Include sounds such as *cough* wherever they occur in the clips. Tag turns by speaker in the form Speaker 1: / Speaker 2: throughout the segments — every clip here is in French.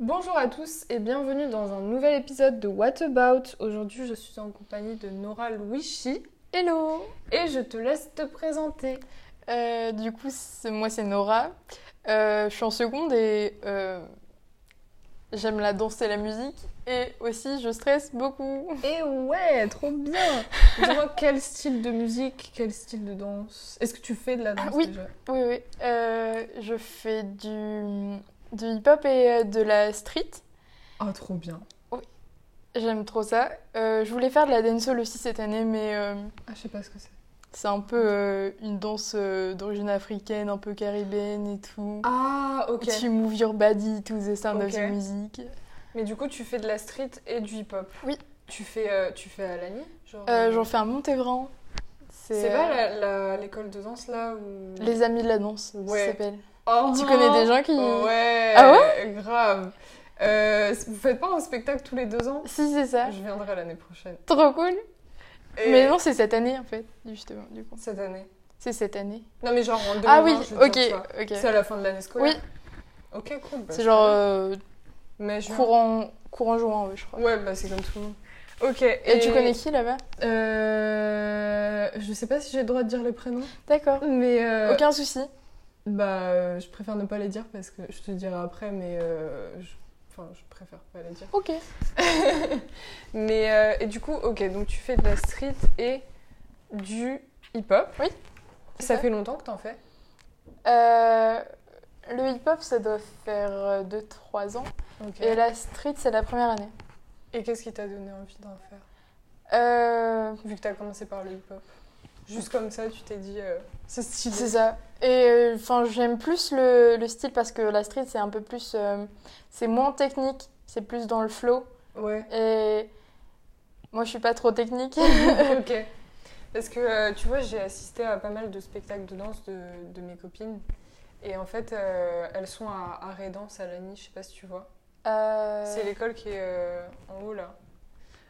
Speaker 1: Bonjour à tous et bienvenue dans un nouvel épisode de What About. Aujourd'hui, je suis en compagnie de Nora Louichi
Speaker 2: Hello
Speaker 1: et je te laisse te présenter.
Speaker 2: Euh, Du coup, c'est- moi c'est Nora. Euh, je suis en seconde et euh, j'aime la danse et la musique. Et aussi, je stresse beaucoup.
Speaker 1: Et Eh ouais, trop
Speaker 2: *laughs*
Speaker 1: bien Dis-moi quel style de musique, quel style de danse Est-ce que tu fais de la danse
Speaker 2: Ah, oui.
Speaker 1: déjà
Speaker 2: Oui, oui. Euh, je fais du, du hip-hop et euh, de la street.
Speaker 1: Ah, trop bien
Speaker 2: J'aime trop ça. Euh, je voulais faire de la dancehall aussi cette année, mais euh,
Speaker 1: Ah, je sais pas ce que c'est.
Speaker 2: c'est un peu euh, une danse euh, d'origine africaine, un peu caribéenne et tout.
Speaker 1: Ah, ok.
Speaker 2: Tu move your body to the sound of
Speaker 1: Ok.
Speaker 2: the music.
Speaker 1: Mais du coup, tu fais de la street et du hip-hop
Speaker 2: Oui.
Speaker 1: Tu fais, euh, tu fais à l'ANI genre,
Speaker 2: Euh,
Speaker 1: euh,
Speaker 2: J'en fais un Montévran.
Speaker 1: C'est
Speaker 2: euh,
Speaker 1: pas la- la- l'école de danse là où...
Speaker 2: Les amis de la danse,
Speaker 1: Ouais.
Speaker 2: ça s'appelle.
Speaker 1: Oh,
Speaker 2: Tu connais des gens qui.
Speaker 1: Ouais,
Speaker 2: Ah
Speaker 1: grave. Euh, vous faites pas un spectacle tous les deux ans
Speaker 2: Si, c'est ça.
Speaker 1: Je viendrai l'année prochaine.
Speaker 2: Trop cool.
Speaker 1: Et
Speaker 2: Mais non, c'est cette année en fait, justement, du coup.
Speaker 1: Cette année.
Speaker 2: C'est cette année.
Speaker 1: Non mais genre en 2020,
Speaker 2: ah oui,
Speaker 1: je veux dire,
Speaker 2: ok,
Speaker 1: tu vois.
Speaker 2: ok.
Speaker 1: C'est à la fin de l'année
Speaker 2: Oui,
Speaker 1: scolaire Ok, cool. bah,
Speaker 2: c'est genre
Speaker 1: cool.
Speaker 2: euh,
Speaker 1: Mais je-
Speaker 2: courant, courant juin, ouais, je crois.
Speaker 1: Ouais, bah c'est comme tout le monde. Ok.
Speaker 2: Et, tu connais qui là-bas
Speaker 1: euh... Je sais pas si j'ai le droit de dire les prénoms,
Speaker 2: D'accord.
Speaker 1: mais... euh,
Speaker 2: Aucun souci.
Speaker 1: Bah, euh, je préfère ne pas les dire parce que je te dirai après, mais... euh, je- Enfin, je préfère pas les dire.
Speaker 2: Ok.
Speaker 1: Mais euh, et du coup, ok, donc tu fais de la street et du hip-hop.
Speaker 2: Oui.
Speaker 1: Ça
Speaker 2: ça.
Speaker 1: fait longtemps que t'en fais
Speaker 2: Euh, le hip-hop, ça doit faire 2-3 ans.
Speaker 1: Ok.
Speaker 2: Et la street, c'est la première année.
Speaker 1: Et qu'est-ce qui t'a donné envie d'en faire
Speaker 2: Euh,
Speaker 1: Vu que t'as commencé par le hip-hop. Juste comme ça, tu t'es dit, euh, c'est stylé.
Speaker 2: C'est ça. Et euh, enfin, j'aime plus le, le style parce que la street, c'est un peu plus, euh, c'est moins technique, c'est plus dans le flow. *laughs*
Speaker 1: Ouais,
Speaker 2: Et moi, je suis pas trop
Speaker 1: *laughs*
Speaker 2: technique.
Speaker 1: ok. Parce que euh, tu vois, j'ai assisté à pas mal de spectacles de danse de, de mes copines. Et en fait, euh, elles sont à Arrêt Danse à Lagny, je sais pas si tu vois.
Speaker 2: Euh,
Speaker 1: C'est l'école qui est euh, en haut là.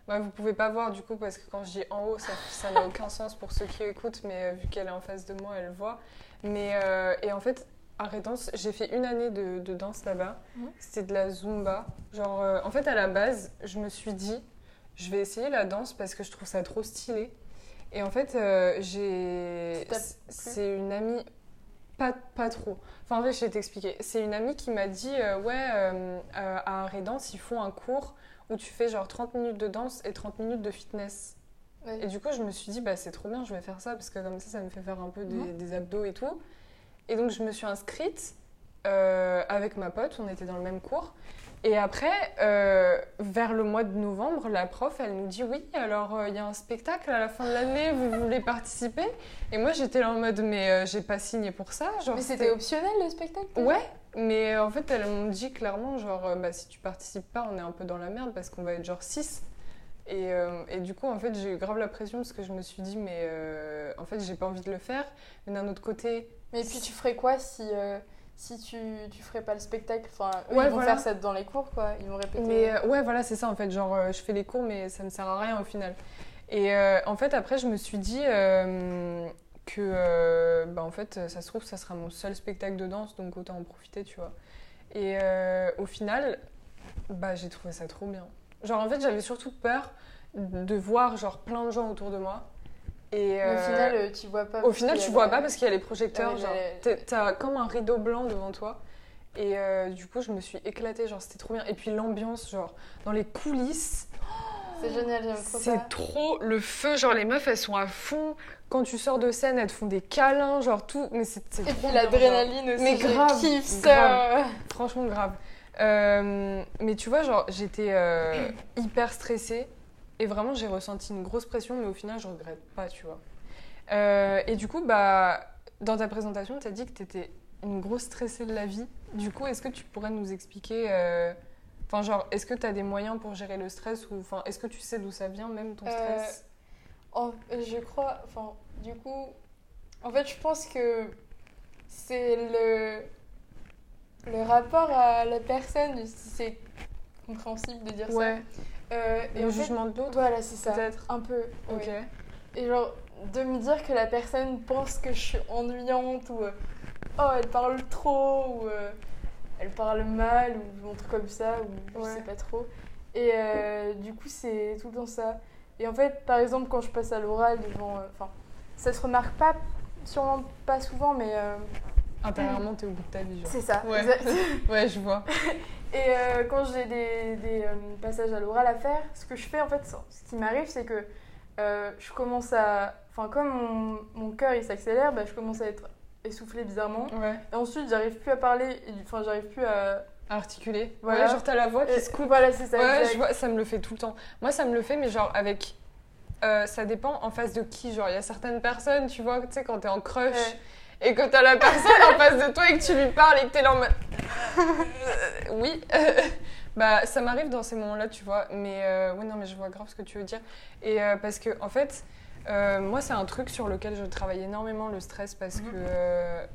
Speaker 1: Bah, vous pouvez pas voir du coup parce que quand je dis en haut, ça ça n'a aucun sens pour ceux qui écoutent, mais euh, vu qu'elle est en face de moi, elle voit. Mais euh, et en fait, à Rédance, j'ai fait une année de, de danse là-bas.
Speaker 2: Mhm.
Speaker 1: C'était de la zumba. Genre, euh, en fait, à la base, je me suis dit, je vais essayer la danse parce que je trouve ça trop stylé. Et en fait, euh, j'ai.
Speaker 2: Ça t'a
Speaker 1: C'est une amie. Pas, pas trop. Enfin, en fait, je vais t'expliquer. C'est une amie qui m'a dit euh, Ouais, euh, euh, à Arrêt Danse, ils font un cours où tu fais genre 30 minutes de danse et 30 minutes de fitness.
Speaker 2: Ouais.
Speaker 1: Et du coup, je me suis dit Bah, c'est trop bien, je vais faire ça parce que comme ça, ça me fait faire un peu des,
Speaker 2: Mhm.
Speaker 1: des abdos et tout. Et donc, je me suis inscrite euh, avec ma pote, on était dans le même cours. Et après, euh, vers le mois de novembre, la prof, elle nous dit oui, alors euh, il y a un spectacle à la fin de l'année, vous voulez participer Et moi, j'étais là en mode, mais euh, j'ai pas signé pour ça. Genre,
Speaker 2: Mais c'était optionnel le spectacle.
Speaker 1: Ouais, mais euh, en fait, elles m'ont dit clairement, genre, euh, bah, si tu participes pas, on est un peu dans la merde parce qu'on va être genre 6. Et, euh, et du coup, en fait, j'ai eu grave la pression parce que je me suis dit, mais euh, en fait, j'ai pas envie de le faire. Mais d'un autre côté,
Speaker 2: Mais puis tu ferais quoi si euh, si tu tu ferais pas le spectacle Enfin, eux,
Speaker 1: Ouais,
Speaker 2: ils vont
Speaker 1: voilà.
Speaker 2: faire ça dans les cours quoi. Ils vont répéter.
Speaker 1: Mais euh, ouais, voilà, c'est ça en fait. Genre, euh, je fais les cours, mais ça me sert à rien au final. Et euh, en fait, après, je me suis dit euh, que, euh, bah, en fait, ça se trouve, ça sera mon seul spectacle de danse, donc autant en profiter, tu vois. Et euh, au final, bah, j'ai trouvé ça trop bien. Genre, en fait, j'avais surtout peur de voir, genre, plein de gens autour de moi. Et
Speaker 2: Mais au
Speaker 1: euh,
Speaker 2: final, euh, tu vois pas.
Speaker 1: au
Speaker 2: parce
Speaker 1: final,
Speaker 2: qu'il y a
Speaker 1: tu vois
Speaker 2: la-
Speaker 1: pas parce qu'il y a les projecteurs.
Speaker 2: Ah oui,
Speaker 1: genre,
Speaker 2: mais-
Speaker 1: t'es- t'as comme un rideau blanc devant toi. Et euh, du coup, je me suis éclatée. Genre, c'était trop bien. Et puis l'ambiance, genre, dans les coulisses,
Speaker 2: C'est génial, j'aime trop
Speaker 1: c'est
Speaker 2: ça.
Speaker 1: trop le feu. Genre, les meufs, elles sont à fond. Quand tu sors de scène, elles te font des câlins, genre tout. Mais c'est c'est
Speaker 2: Et
Speaker 1: trop
Speaker 2: puis
Speaker 1: bien, genre.
Speaker 2: l'adrénaline aussi.
Speaker 1: Mais
Speaker 2: je
Speaker 1: grave,
Speaker 2: kiffe ça.
Speaker 1: Franchement, grave. Euh, mais tu vois, genre, j'étais euh, hyper stressée et vraiment, j'ai ressenti une grosse pression, mais au final, je regrette pas, tu vois. Euh, et du coup, bah, dans ta présentation, tu as dit que tu étais une grosse stressée de la vie. Du coup, est-ce que tu pourrais nous expliquer. euh, Enfin, genre, est-ce que tu as des moyens pour gérer le stress ou enfin, est-ce que tu sais d'où ça vient, même ton
Speaker 2: Euh,
Speaker 1: stress
Speaker 2: En- je crois, enfin, du coup, en fait, je pense que c'est le, le rapport à la personne, si c'est compréhensible de dire
Speaker 1: Ouais,
Speaker 2: ça. Euh, et
Speaker 1: le
Speaker 2: en fait,
Speaker 1: jugement de l'autre,
Speaker 2: Voilà, c'est ça.
Speaker 1: peut-être.
Speaker 2: Un peu.
Speaker 1: Ok.
Speaker 2: ouais. Et genre, de me dire que la personne pense que je suis ennuyante ou euh, oh, elle parle trop ou euh, elle parle mal ou un truc comme ça, ou je
Speaker 1: Ouais.
Speaker 2: sais pas trop. Et euh, du coup, c'est tout le temps ça. Et en fait, par exemple, quand je passe à l'oral devant. euh, Enfin, ça se remarque pas, sûrement pas souvent, mais. euh,
Speaker 1: Intérieurement, t'es au bout de ta vie, genre.
Speaker 2: c'est ça.
Speaker 1: Ouais.
Speaker 2: exact.
Speaker 1: *laughs* Ouais, je vois.
Speaker 2: Et euh, quand j'ai des, des, euh, passages à l'oral à faire, ce que je fais en fait, ce ce qui m'arrive, c'est que euh, je commence à. Enfin, comme mon, mon cœur il s'accélère, bah, je commence à être essoufflée bizarrement.
Speaker 1: Ouais.
Speaker 2: Et ensuite, j'arrive plus à parler, et du- enfin, j'arrive plus à.
Speaker 1: Articulé.
Speaker 2: Voilà.
Speaker 1: Ouais, genre, t'as la voix qui
Speaker 2: Euh,
Speaker 1: se
Speaker 2: voilà, c'est ça.
Speaker 1: Ouais,
Speaker 2: exact.
Speaker 1: je vois, ça me le fait tout le temps. Moi, ça me le fait, mais genre avec. euh, ça dépend en face de qui. Genre, il y a certaines personnes, tu vois, tu sais, quand t'es en crush
Speaker 2: Ouais.
Speaker 1: et que t'as la personne en face de toi et que tu lui parles et que t'es là en
Speaker 2: *laughs*
Speaker 1: mode. Euh, oui. *laughs* bah, ça m'arrive dans ces moments-là, tu vois. Mais euh, ouais, non, mais je vois grave ce que tu veux dire. Et euh, parce que, en fait, euh, moi, c'est un truc sur lequel je travaille énormément le stress parce que. euh,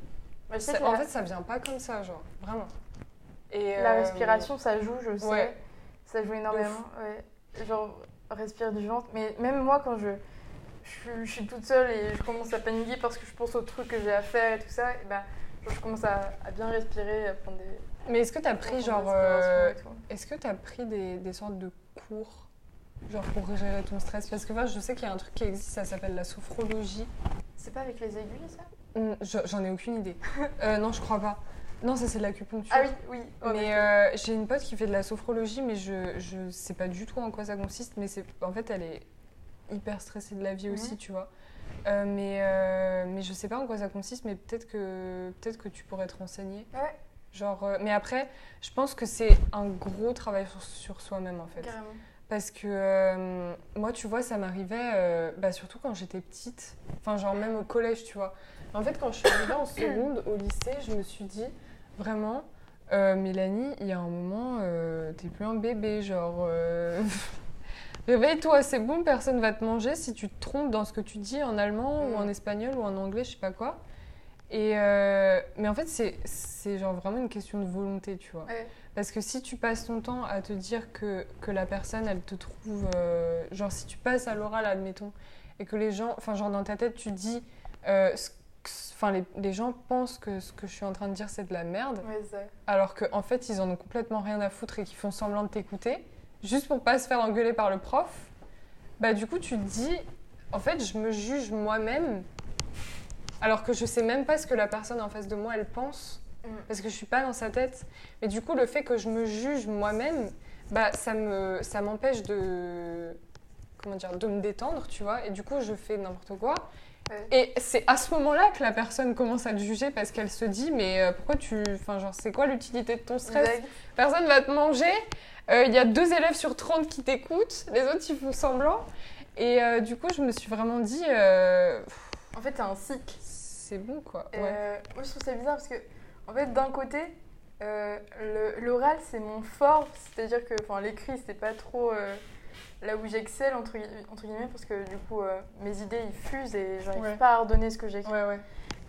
Speaker 2: Bah, je sais
Speaker 1: ça-
Speaker 2: que
Speaker 1: en
Speaker 2: Mhm. la,
Speaker 1: fait, ça vient pas comme ça, genre, vraiment. Et,
Speaker 2: la
Speaker 1: euh,
Speaker 2: respiration, ça joue, je sais.
Speaker 1: ouais.
Speaker 2: Ça joue énormément. ouais. Genre, respire du ventre. Mais même moi, quand je, je, suis- je suis toute seule et je commence à paniquer parce que je pense aux trucs que j'ai à faire et tout ça, et bah, genre, je commence à, à bien respirer, à prendre des.
Speaker 1: Mais est-ce que t'as pris, genre. euh,
Speaker 2: Ouais,
Speaker 1: Est-ce que tu as pris des, des sortes de cours genre pour gérer ton stress Parce que moi, je sais qu'il y a un truc qui existe, ça s'appelle la sophrologie.
Speaker 2: C'est pas avec les aiguilles, ça
Speaker 1: Hum, je- J'en ai aucune
Speaker 2: *laughs*
Speaker 1: idée. Euh, non, je crois pas. Non, ça c'est de l'acupuncture.
Speaker 2: Ah oui, oui. en
Speaker 1: Mais
Speaker 2: effet.
Speaker 1: euh, j'ai une pote qui fait de la sophrologie, mais je, je sais pas du tout en quoi ça consiste. Mais c'est en fait, elle est hyper stressée de la vie aussi,
Speaker 2: Mhm.
Speaker 1: tu vois. Euh, mais, euh, mais je sais pas en quoi ça consiste, mais peut-être que, peut que tu pourrais te renseigner.
Speaker 2: Ouais.
Speaker 1: Genre, euh, mais après, je pense que c'est un gros travail sur, sur soi-même en fait.
Speaker 2: Carrément.
Speaker 1: Parce que euh, moi, tu vois, ça m'arrivait euh, bah, surtout quand j'étais petite, enfin, genre même au collège, tu vois. En fait, quand je suis arrivée en seconde au lycée, je me suis dit vraiment, euh, Mélanie, il y a un moment, euh, t'es plus un bébé, genre. euh, *laughs* Réveille-toi, c'est bon, personne va te manger si tu te trompes dans ce que tu dis en allemand ou en
Speaker 2: Mhm.
Speaker 1: espagnol ou en anglais, je sais pas quoi. Et euh, mais en fait, c'est- c'est genre vraiment une question de volonté, tu vois.
Speaker 2: Ouais.
Speaker 1: Parce que si tu passes ton temps à te dire que, que la personne, elle te trouve. euh, genre, si tu passes à l'oral, admettons, et que les gens. Enfin, genre, dans ta tête, tu dis. euh, ce que- Enfin, les, les gens pensent que ce que je suis en train de dire, c'est de la merde,
Speaker 2: Ouais, c'est ça.
Speaker 1: alors qu'en en fait, ils en ont complètement rien à foutre et qu'ils font semblant de t'écouter, juste pour pas se faire engueuler par le prof. Bah, du coup, tu te dis. En fait, je me juge moi-même, alors que je sais même pas ce que la personne en face de moi, elle pense parce que je suis pas dans sa tête. Mais du coup, le fait que je me juge moi-même, bah ça me ça m'empêche de comment dire de me détendre, tu vois. Et du coup, je fais n'importe quoi.
Speaker 2: Ouais.
Speaker 1: Et c'est à ce moment-là que la personne commence à te juger parce qu'elle se dit mais euh, pourquoi tu enfin genre c'est quoi l'utilité de ton stress
Speaker 2: Exact.
Speaker 1: Personne va te manger. Euh, Il y a deux élèves sur 30 qui t'écoutent, les autres ils font semblant. Et euh, du coup, je me suis vraiment dit euh, pff,
Speaker 2: En fait, c'est un cycle.
Speaker 1: c'est bon quoi. Ouais.
Speaker 2: Euh, moi, je trouve ça bizarre parce que, en fait, d'un côté, euh, le- l'oral, c'est mon fort. C'est-à-dire que enfin, l'écrit, c'est pas trop euh, là où j'excelle, entre, gui- entre guillemets, parce que du coup, euh, mes idées, ils fusent et j'arrive
Speaker 1: Ouais.
Speaker 2: pas à redonner ce que j'écris.
Speaker 1: Ouais, ouais.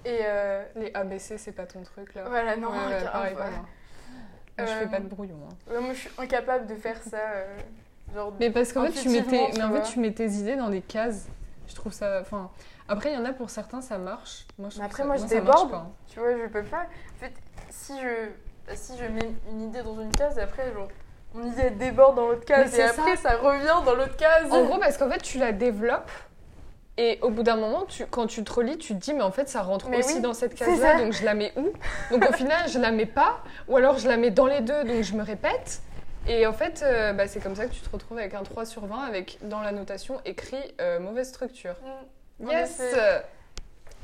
Speaker 2: Et euh,
Speaker 1: Les ABC, c'est pas ton truc là.
Speaker 2: voilà, non,
Speaker 1: Ouais, ouais,
Speaker 2: car-
Speaker 1: pareil,
Speaker 2: voilà.
Speaker 1: pareil. Moi, je
Speaker 2: Euh,
Speaker 1: fais pas de brouillon. hein.
Speaker 2: Ouais, moi, je suis incapable de faire ça. euh, genre,
Speaker 1: Mais parce qu'en fait, tu mets,
Speaker 2: Intuitivement,
Speaker 1: tes,
Speaker 2: tu
Speaker 1: mais en
Speaker 2: vois.
Speaker 1: fait, tu mets tes idées dans des cases. Je trouve ça. Enfin, après, il y en a pour certains, ça marche. Moi, je trouve
Speaker 2: Mais après,
Speaker 1: ça-
Speaker 2: moi, je
Speaker 1: ça marche
Speaker 2: déborde.
Speaker 1: pas, hein.
Speaker 2: tu vois, je peux pas. En fait, si je, si je mets une idée dans une case, et après, genre, mon idée elle déborde dans l'autre case,
Speaker 1: Mais
Speaker 2: et
Speaker 1: c'est
Speaker 2: après, ça. revient dans l'autre case.
Speaker 1: En gros, parce qu'en fait, tu la développes. Et au bout d'un moment, tu, quand tu te relis, tu te dis, mais en fait, ça rentre
Speaker 2: Mais
Speaker 1: aussi
Speaker 2: oui,
Speaker 1: dans cette
Speaker 2: c'est
Speaker 1: case-là,
Speaker 2: ça.
Speaker 1: donc je la mets où Donc au final, je la mets pas, ou alors je la mets dans les deux, donc je me répète. Et en fait, euh, bah, c'est comme ça que tu te retrouves avec un 3 sur 20, avec dans la notation écrit euh, mauvaise structure.
Speaker 2: Mm. En
Speaker 1: Yes
Speaker 2: effet.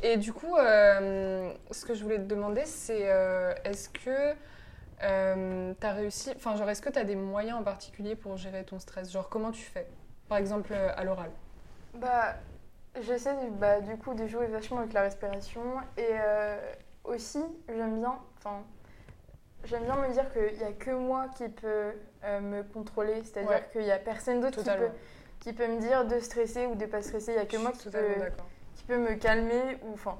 Speaker 1: Et du coup, euh, ce que je voulais te demander, c'est euh, est-ce que euh, t'as réussi, enfin genre est-ce que t'as des moyens en particulier pour gérer ton stress Genre comment tu fais Par exemple euh, à l'oral.
Speaker 2: Bah, j'essaie de- bah, du coup de jouer vachement avec la respiration et euh, aussi j'aime bien, enfin, j'aime bien me dire qu'il n'y a que moi qui peut euh, me contrôler, c'est-à-dire
Speaker 1: Ouais.
Speaker 2: qu'il n'y a personne d'autre qui peut,
Speaker 1: Totalement.
Speaker 2: qui peut me dire de stresser ou de pas stresser, il n'y a que moi
Speaker 1: Je suis
Speaker 2: qui peut,
Speaker 1: totalement d'accord.
Speaker 2: qui peut me calmer ou enfin,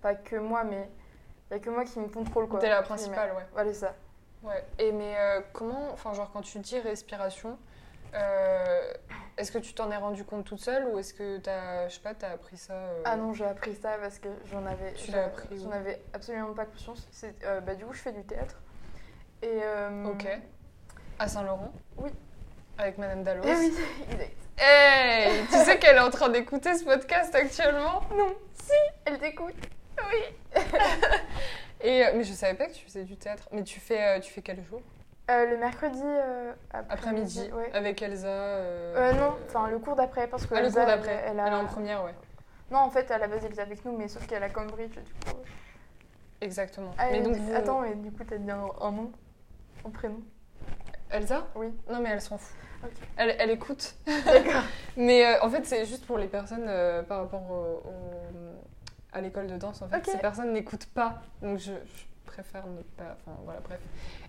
Speaker 2: pas que moi, mais il n'y a que moi qui me contrôle quoi.
Speaker 1: T'es la
Speaker 2: entre guillemets.
Speaker 1: principale, ouais.
Speaker 2: Voilà c'est ça.
Speaker 1: ouais. Et mais euh, comment, enfin genre quand tu dis respiration, euh, est-ce que tu t'en es rendu compte toute seule ou est-ce que t'as, je sais pas, t'as appris ça euh,
Speaker 2: Ah non, j'ai appris ça parce que j'en avais,
Speaker 1: Tu
Speaker 2: j'en-
Speaker 1: l'as appris où
Speaker 2: j'en avais absolument pas conscience. C'est, euh, bah, du coup, je fais du théâtre. Et, euh,
Speaker 1: Ok. À Saint-Laurent
Speaker 2: Oui.
Speaker 1: Avec Madame Dallos.
Speaker 2: Eh oui, *laughs* exact.
Speaker 1: Hey, tu sais qu'elle est en train d'écouter ce podcast actuellement
Speaker 2: Non, si, elle t'écoute. Oui.
Speaker 1: Et euh, mais je savais pas que tu faisais du théâtre. Mais tu fais euh, tu fais quel jour
Speaker 2: Euh, le mercredi euh, après-midi.
Speaker 1: Après-midi
Speaker 2: ouais.
Speaker 1: avec Elsa. euh,
Speaker 2: Euh, non, enfin le cours d'après parce que
Speaker 1: ah, le
Speaker 2: Elsa,
Speaker 1: cours d'après.
Speaker 2: Elle,
Speaker 1: Elle,
Speaker 2: elle a...
Speaker 1: est en première, ouais.
Speaker 2: Non, en fait, à la base, elle était avec nous, mais sauf qu'elle a Cambridge, du coup.
Speaker 1: Exactement.
Speaker 2: Ah,
Speaker 1: mais
Speaker 2: elle
Speaker 1: donc euh,
Speaker 2: dit-
Speaker 1: vous-
Speaker 2: Attends, mais du coup, t'as dit un, un nom Un prénom
Speaker 1: Elsa
Speaker 2: Oui.
Speaker 1: Non mais elle s'en fout.
Speaker 2: Ok.
Speaker 1: Elle, elle écoute.
Speaker 2: D'accord.
Speaker 1: *laughs* Mais euh, en fait c'est juste pour les personnes euh, par rapport au- au- à l'école de danse en fait.
Speaker 2: Ok.
Speaker 1: Ces personnes n'écoutent pas. Donc je, je préfère ne pas. Enfin voilà bref.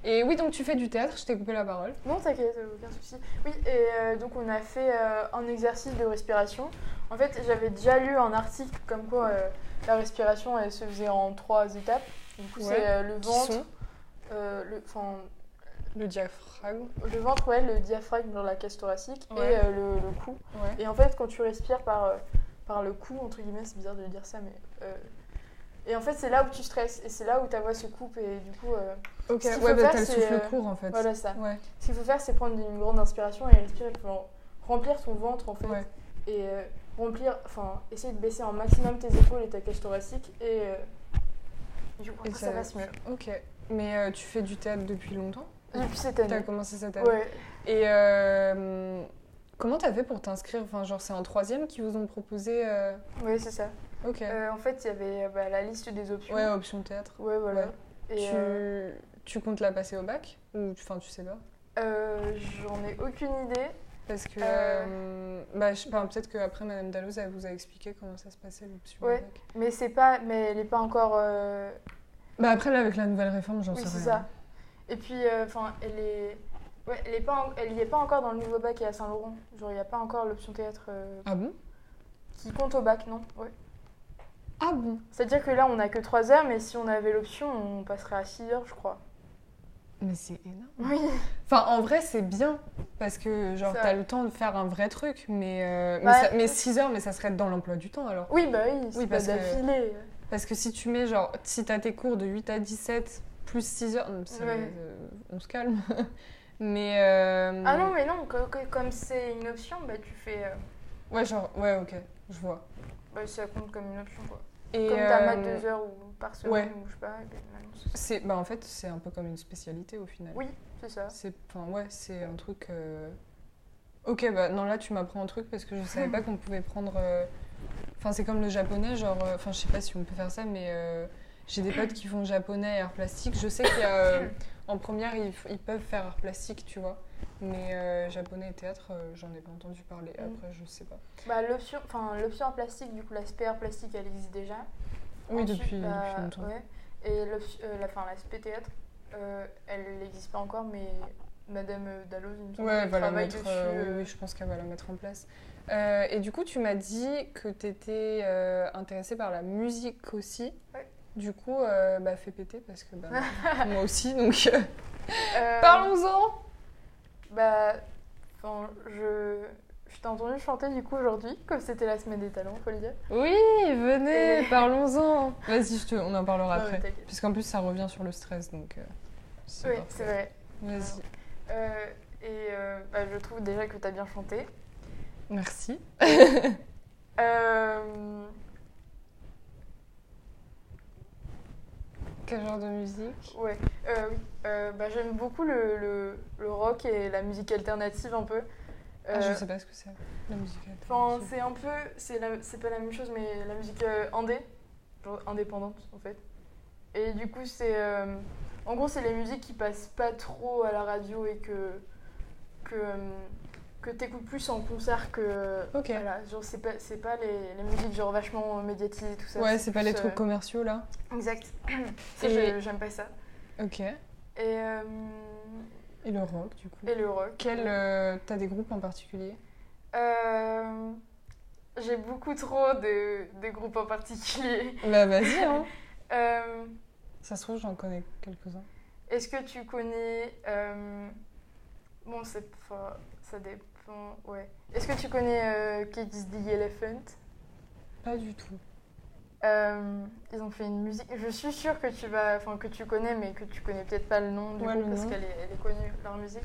Speaker 1: Et oui donc tu fais du théâtre. Je t'ai coupé la parole.
Speaker 2: Non, t'inquiète, euh, aucun souci. Oui, et euh, donc on a fait euh, un exercice de respiration. En fait, j'avais déjà lu un article comme quoi euh, la respiration, elle se faisait en trois étapes. Du coup,
Speaker 1: Ouais.
Speaker 2: c'est euh, le
Speaker 1: Qui
Speaker 2: ventre,
Speaker 1: sont
Speaker 2: euh, le, enfin,
Speaker 1: le diaphragme.
Speaker 2: le ventre, ouais, le diaphragme dans la cage thoracique
Speaker 1: Ouais.
Speaker 2: et euh, le, le cou.
Speaker 1: Ouais.
Speaker 2: Et en fait, quand tu respires par, euh, par le cou, entre guillemets, c'est bizarre de dire ça, mais. euh, et en fait, c'est là où tu stresses et c'est là où ta voix se coupe et du coup, euh,
Speaker 1: Ok.
Speaker 2: Ce qu'il
Speaker 1: Ouais
Speaker 2: faut
Speaker 1: bah
Speaker 2: faire,
Speaker 1: t'as le
Speaker 2: c'est,
Speaker 1: souffle
Speaker 2: euh,
Speaker 1: court en fait.
Speaker 2: voilà ça.
Speaker 1: Ouais.
Speaker 2: Ce qu'il faut faire, c'est prendre une grande inspiration et respirer pour remplir ton ventre en fait.
Speaker 1: Ouais.
Speaker 2: Et euh, remplir, enfin, essayer de baisser un maximum tes épaules et ta cage thoracique et. euh, du coup,
Speaker 1: Et
Speaker 2: après, ça, va se mieux.
Speaker 1: Ok. Mais euh, tu fais du théâtre depuis longtemps
Speaker 2: Depuis cette
Speaker 1: T'as
Speaker 2: année.
Speaker 1: commencé cette année.
Speaker 2: Ouais.
Speaker 1: Et euh, comment t'as fait pour t'inscrire Enfin, genre, c'est en troisième qu'ils vous ont proposé. euh,
Speaker 2: Ouais, c'est ça.
Speaker 1: Ok.
Speaker 2: Euh, en fait, il y avait euh, bah, la liste des options.
Speaker 1: ouais, option théâtre.
Speaker 2: Ouais, voilà. Et,
Speaker 1: tu...
Speaker 2: euh,
Speaker 1: tu comptes la passer au bac Ou enfin, tu sais pas
Speaker 2: euh, j'en ai aucune idée.
Speaker 1: Parce que.
Speaker 2: Euh.
Speaker 1: euh, bah, je- enfin, peut-être qu'après, Madame Dalloz, elle vous a expliqué comment ça se passait l'option
Speaker 2: Ouais.
Speaker 1: au bac.
Speaker 2: Mais c'est pas, mais elle est pas encore. euh,
Speaker 1: Bah, après, là, avec la nouvelle réforme, j'en
Speaker 2: Oui,
Speaker 1: sais
Speaker 2: c'est
Speaker 1: rien.
Speaker 2: ça. Et puis, euh, enfin, elle est, ouais, elle est pas, en- elle y est pas encore dans le nouveau bac et à Saint-Laurent. Genre, il y a pas encore l'option théâtre euh,
Speaker 1: Ah bon
Speaker 2: qui compte au bac, non Ouais.
Speaker 1: Ah bon
Speaker 2: C'est-à-dire que là, on a que 3 heures, mais si on avait l'option, on passerait à 6 heures, je crois.
Speaker 1: Mais c'est énorme.
Speaker 2: Oui.
Speaker 1: Enfin, en vrai, c'est bien. Parce que, genre,
Speaker 2: Ça-
Speaker 1: t'as le temps de faire un vrai truc. Mais, euh, mais
Speaker 2: Ouais.
Speaker 1: ça- mais 6 heures, mais ça serait dans l'emploi du temps alors.
Speaker 2: Oui, bah oui.
Speaker 1: Oui,
Speaker 2: C'est pas
Speaker 1: parce que-
Speaker 2: d'affilée.
Speaker 1: Parce que si tu mets genre, si t'as tes cours de 8 à 17 plus 6 heures, non, c'est-
Speaker 2: Ouais.
Speaker 1: euh, on se calme. *laughs* mais. euh,
Speaker 2: Ah non, mais non. co- co- comme c'est une option, bah tu fais, euh,
Speaker 1: Ouais, genre, ouais, ok, je vois.
Speaker 2: bah, ça compte comme une option quoi.
Speaker 1: Et.
Speaker 2: comme t'as
Speaker 1: euh,
Speaker 2: mat 2 heures ou par semaine
Speaker 1: ouais.
Speaker 2: ou je sais pas. et ben, non, c'est-
Speaker 1: c'est, bah, en fait, c'est un peu comme une spécialité au final.
Speaker 2: Oui, c'est ça.
Speaker 1: C'est, enfin, ouais, c'est un truc. euh, Ok, bah non, là tu m'apprends un truc parce que je savais
Speaker 2: *laughs*
Speaker 1: pas qu'on pouvait prendre. euh, Enfin, c'est comme le japonais, genre. euh, Enfin, je sais pas si on peut faire ça, mais euh, j'ai des potes qui font japonais et art plastique. Je sais qu'il y a. euh, en première, ils, f- ils peuvent faire art plastique, tu vois. Mais euh, japonais et théâtre, euh, j'en ai pas entendu parler.
Speaker 2: Mm.
Speaker 1: Après, je sais pas.
Speaker 2: Bah l'option, enfin l'option en plastique, du coup l'aspect en plastique, elle existe déjà.
Speaker 1: Oui,
Speaker 2: Ensuite,
Speaker 1: depuis,
Speaker 2: bah,
Speaker 1: depuis longtemps.
Speaker 2: ouais. Et le, euh, la, fin, l'aspect théâtre, euh, elle n'existe pas encore, mais Madame euh, Dalloz, il me
Speaker 1: Ouais,
Speaker 2: semble,
Speaker 1: elle
Speaker 2: elle
Speaker 1: va la
Speaker 2: travaille
Speaker 1: mettre.
Speaker 2: dessus.
Speaker 1: euh, oui,
Speaker 2: euh,
Speaker 1: oui, je pense qu'elle va la mettre en place. Euh, et du coup, tu m'as dit que t'étais euh, intéressée par la musique aussi.
Speaker 2: Ouais.
Speaker 1: Du coup, euh, bah, fais péter parce
Speaker 2: *laughs*
Speaker 1: que bah, moi aussi, donc
Speaker 2: euh,
Speaker 1: parlons-en.
Speaker 2: Bah, enfin, je, je t'ai entendu chanter du coup aujourd'hui, comme c'était la semaine des talents, faut le dire.
Speaker 1: Oui, venez,
Speaker 2: Et-
Speaker 1: parlons-en. Vas-y, je te- on en parlera
Speaker 2: Non, mais
Speaker 1: après.
Speaker 2: t'inquiète.
Speaker 1: Puisqu'en plus, ça revient sur le stress, donc. euh, c'est
Speaker 2: Oui,
Speaker 1: parfait.
Speaker 2: c'est vrai.
Speaker 1: Vas-y.
Speaker 2: Euh, et euh, bah, je trouve déjà que t'as bien chanté.
Speaker 1: Merci.
Speaker 2: Euh,
Speaker 1: Quel genre de musique
Speaker 2: Ouais, euh, oui. Euh, bah, j'aime beaucoup le, le, le rock et la musique alternative un peu.
Speaker 1: ah, Je
Speaker 2: Euh,
Speaker 1: sais pas ce que c'est. La musique
Speaker 2: Enfin,
Speaker 1: alternative.
Speaker 2: c'est un peu, c'est la- c'est pas la même chose, mais la musique euh, indé, genre indépendante en fait. Et du coup, c'est, euh, en gros, c'est les musiques qui passent pas trop à la radio et que que euh, que t'écoutes plus en concert que.
Speaker 1: Ok.
Speaker 2: Voilà, genre c'est pas, c'est pas les, les musiques genre vachement médiatisées tout ça.
Speaker 1: ouais, c'est pas les
Speaker 2: plus,
Speaker 1: trucs
Speaker 2: euh,
Speaker 1: commerciaux là.
Speaker 2: Exact. *coughs* ça,
Speaker 1: Et-
Speaker 2: je- j'aime pas ça.
Speaker 1: Ok.
Speaker 2: Et euh,
Speaker 1: Et le rock, du coup.
Speaker 2: et le rock.
Speaker 1: Quel. euh, T'as des groupes en particulier
Speaker 2: Euh, J'ai beaucoup trop de, de groupes en particulier. *laughs*
Speaker 1: Bah, vas-y, hein.
Speaker 2: Euh,
Speaker 1: *laughs* Ça se trouve, j'en connais quelques-uns.
Speaker 2: Est-ce que tu connais. euh, Bon, c'est pas. Ça dépend. Ouais. Est-ce que tu connais euh, Kids the Elephant
Speaker 1: Pas du tout.
Speaker 2: Euh, ils ont fait une musique. Je suis sûre que tu vas, enfin que tu connais, mais que tu connais peut-être pas le nom du
Speaker 1: Ouais,
Speaker 2: groupe
Speaker 1: le
Speaker 2: parce
Speaker 1: nom.
Speaker 2: qu'elle est, elle est connue leur musique.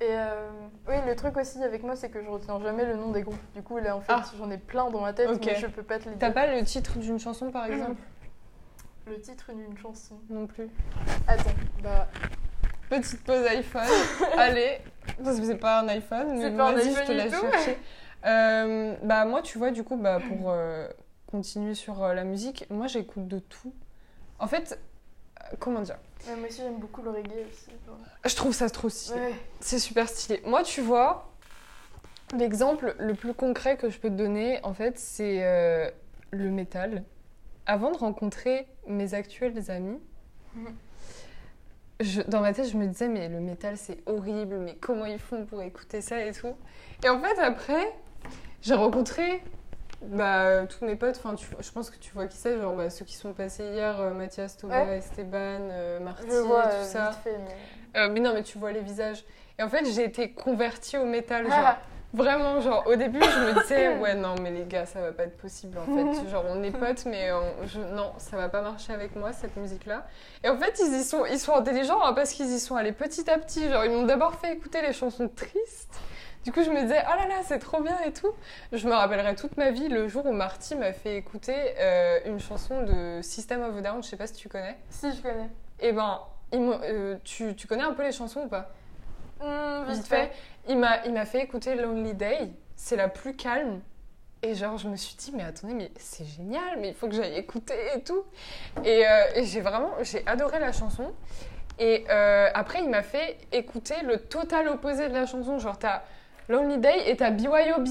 Speaker 2: Et euh, oui, le truc aussi avec moi, c'est que je retiens jamais le nom des groupes. Du coup, là, en fait,
Speaker 1: Ah.
Speaker 2: j'en ai plein dans ma tête,
Speaker 1: Ok.
Speaker 2: mais je peux pas te les
Speaker 1: T'as
Speaker 2: dire.
Speaker 1: pas le titre d'une chanson par exemple
Speaker 2: Le titre d'une chanson.
Speaker 1: Non plus.
Speaker 2: Attends, bah,
Speaker 1: Petite pause iPhone.
Speaker 2: *laughs*
Speaker 1: Allez, parce que c'est pas un iPhone, mais
Speaker 2: C'est pas un
Speaker 1: vas-y, je
Speaker 2: iPhone
Speaker 1: te
Speaker 2: du
Speaker 1: laisse
Speaker 2: tout.
Speaker 1: chercher. Euh, bah moi, tu vois, du coup, bah pour euh, continuer sur euh, la musique, moi j'écoute de tout. En fait, euh, comment dire
Speaker 2: ouais, moi aussi j'aime beaucoup le reggae aussi. genre.
Speaker 1: Je trouve ça trop stylé.
Speaker 2: Ouais.
Speaker 1: C'est super stylé. Moi, tu vois, l'exemple le plus concret que je peux te donner, en fait, c'est euh, le métal. Avant de rencontrer mes actuels amis,
Speaker 2: Mhm.
Speaker 1: je- dans ma tête, je me disais, mais le métal, c'est horrible, mais comment ils font pour écouter ça et tout. Et en fait, après, j'ai rencontré bah, tous mes potes, enfin, tu- je pense que tu vois qui c'est, genre bah, ceux qui sont passés hier, euh, Mathias, Toba, Esteban, euh, Marty,
Speaker 2: Je vois
Speaker 1: et
Speaker 2: euh,
Speaker 1: tout ça.
Speaker 2: vite fait, mais.
Speaker 1: Euh, mais non, mais tu vois les visages. Et en fait, j'ai été convertie au métal. Genre,
Speaker 2: Ah,
Speaker 1: vraiment, genre, au début, je me disais, ouais, non, mais les gars, ça va pas être possible, en fait. Genre, on est potes, mais on- je- non, ça va pas marcher avec moi, cette musique-là. Et en fait, ils, y sont, ils sont intelligents hein, parce qu'ils y sont allés petit à petit. Genre, ils m'ont d'abord fait écouter les chansons tristes. Du coup, je me disais, oh là là, c'est trop bien et tout. Je me rappellerai toute ma vie le jour où Marty m'a fait écouter euh, une chanson de System of a Down, je sais pas si tu connais.
Speaker 2: *laughs* si je connais.
Speaker 1: Et ben, ils m'ont- euh, tu- tu connais un peu les chansons ou pas
Speaker 2: Hmm,
Speaker 1: vite fait. Il m'a, il m'a fait écouter Lonely Day. C'est la plus calme. Et genre, je me suis dit, mais attendez, mais c'est génial, mais il faut que j'aille écouter et tout. Et, euh, et j'ai vraiment, j'ai adoré la chanson. Et euh, après, il m'a fait écouter le total opposé de la chanson. Genre, t'as Lonely Day et t'as BYOB.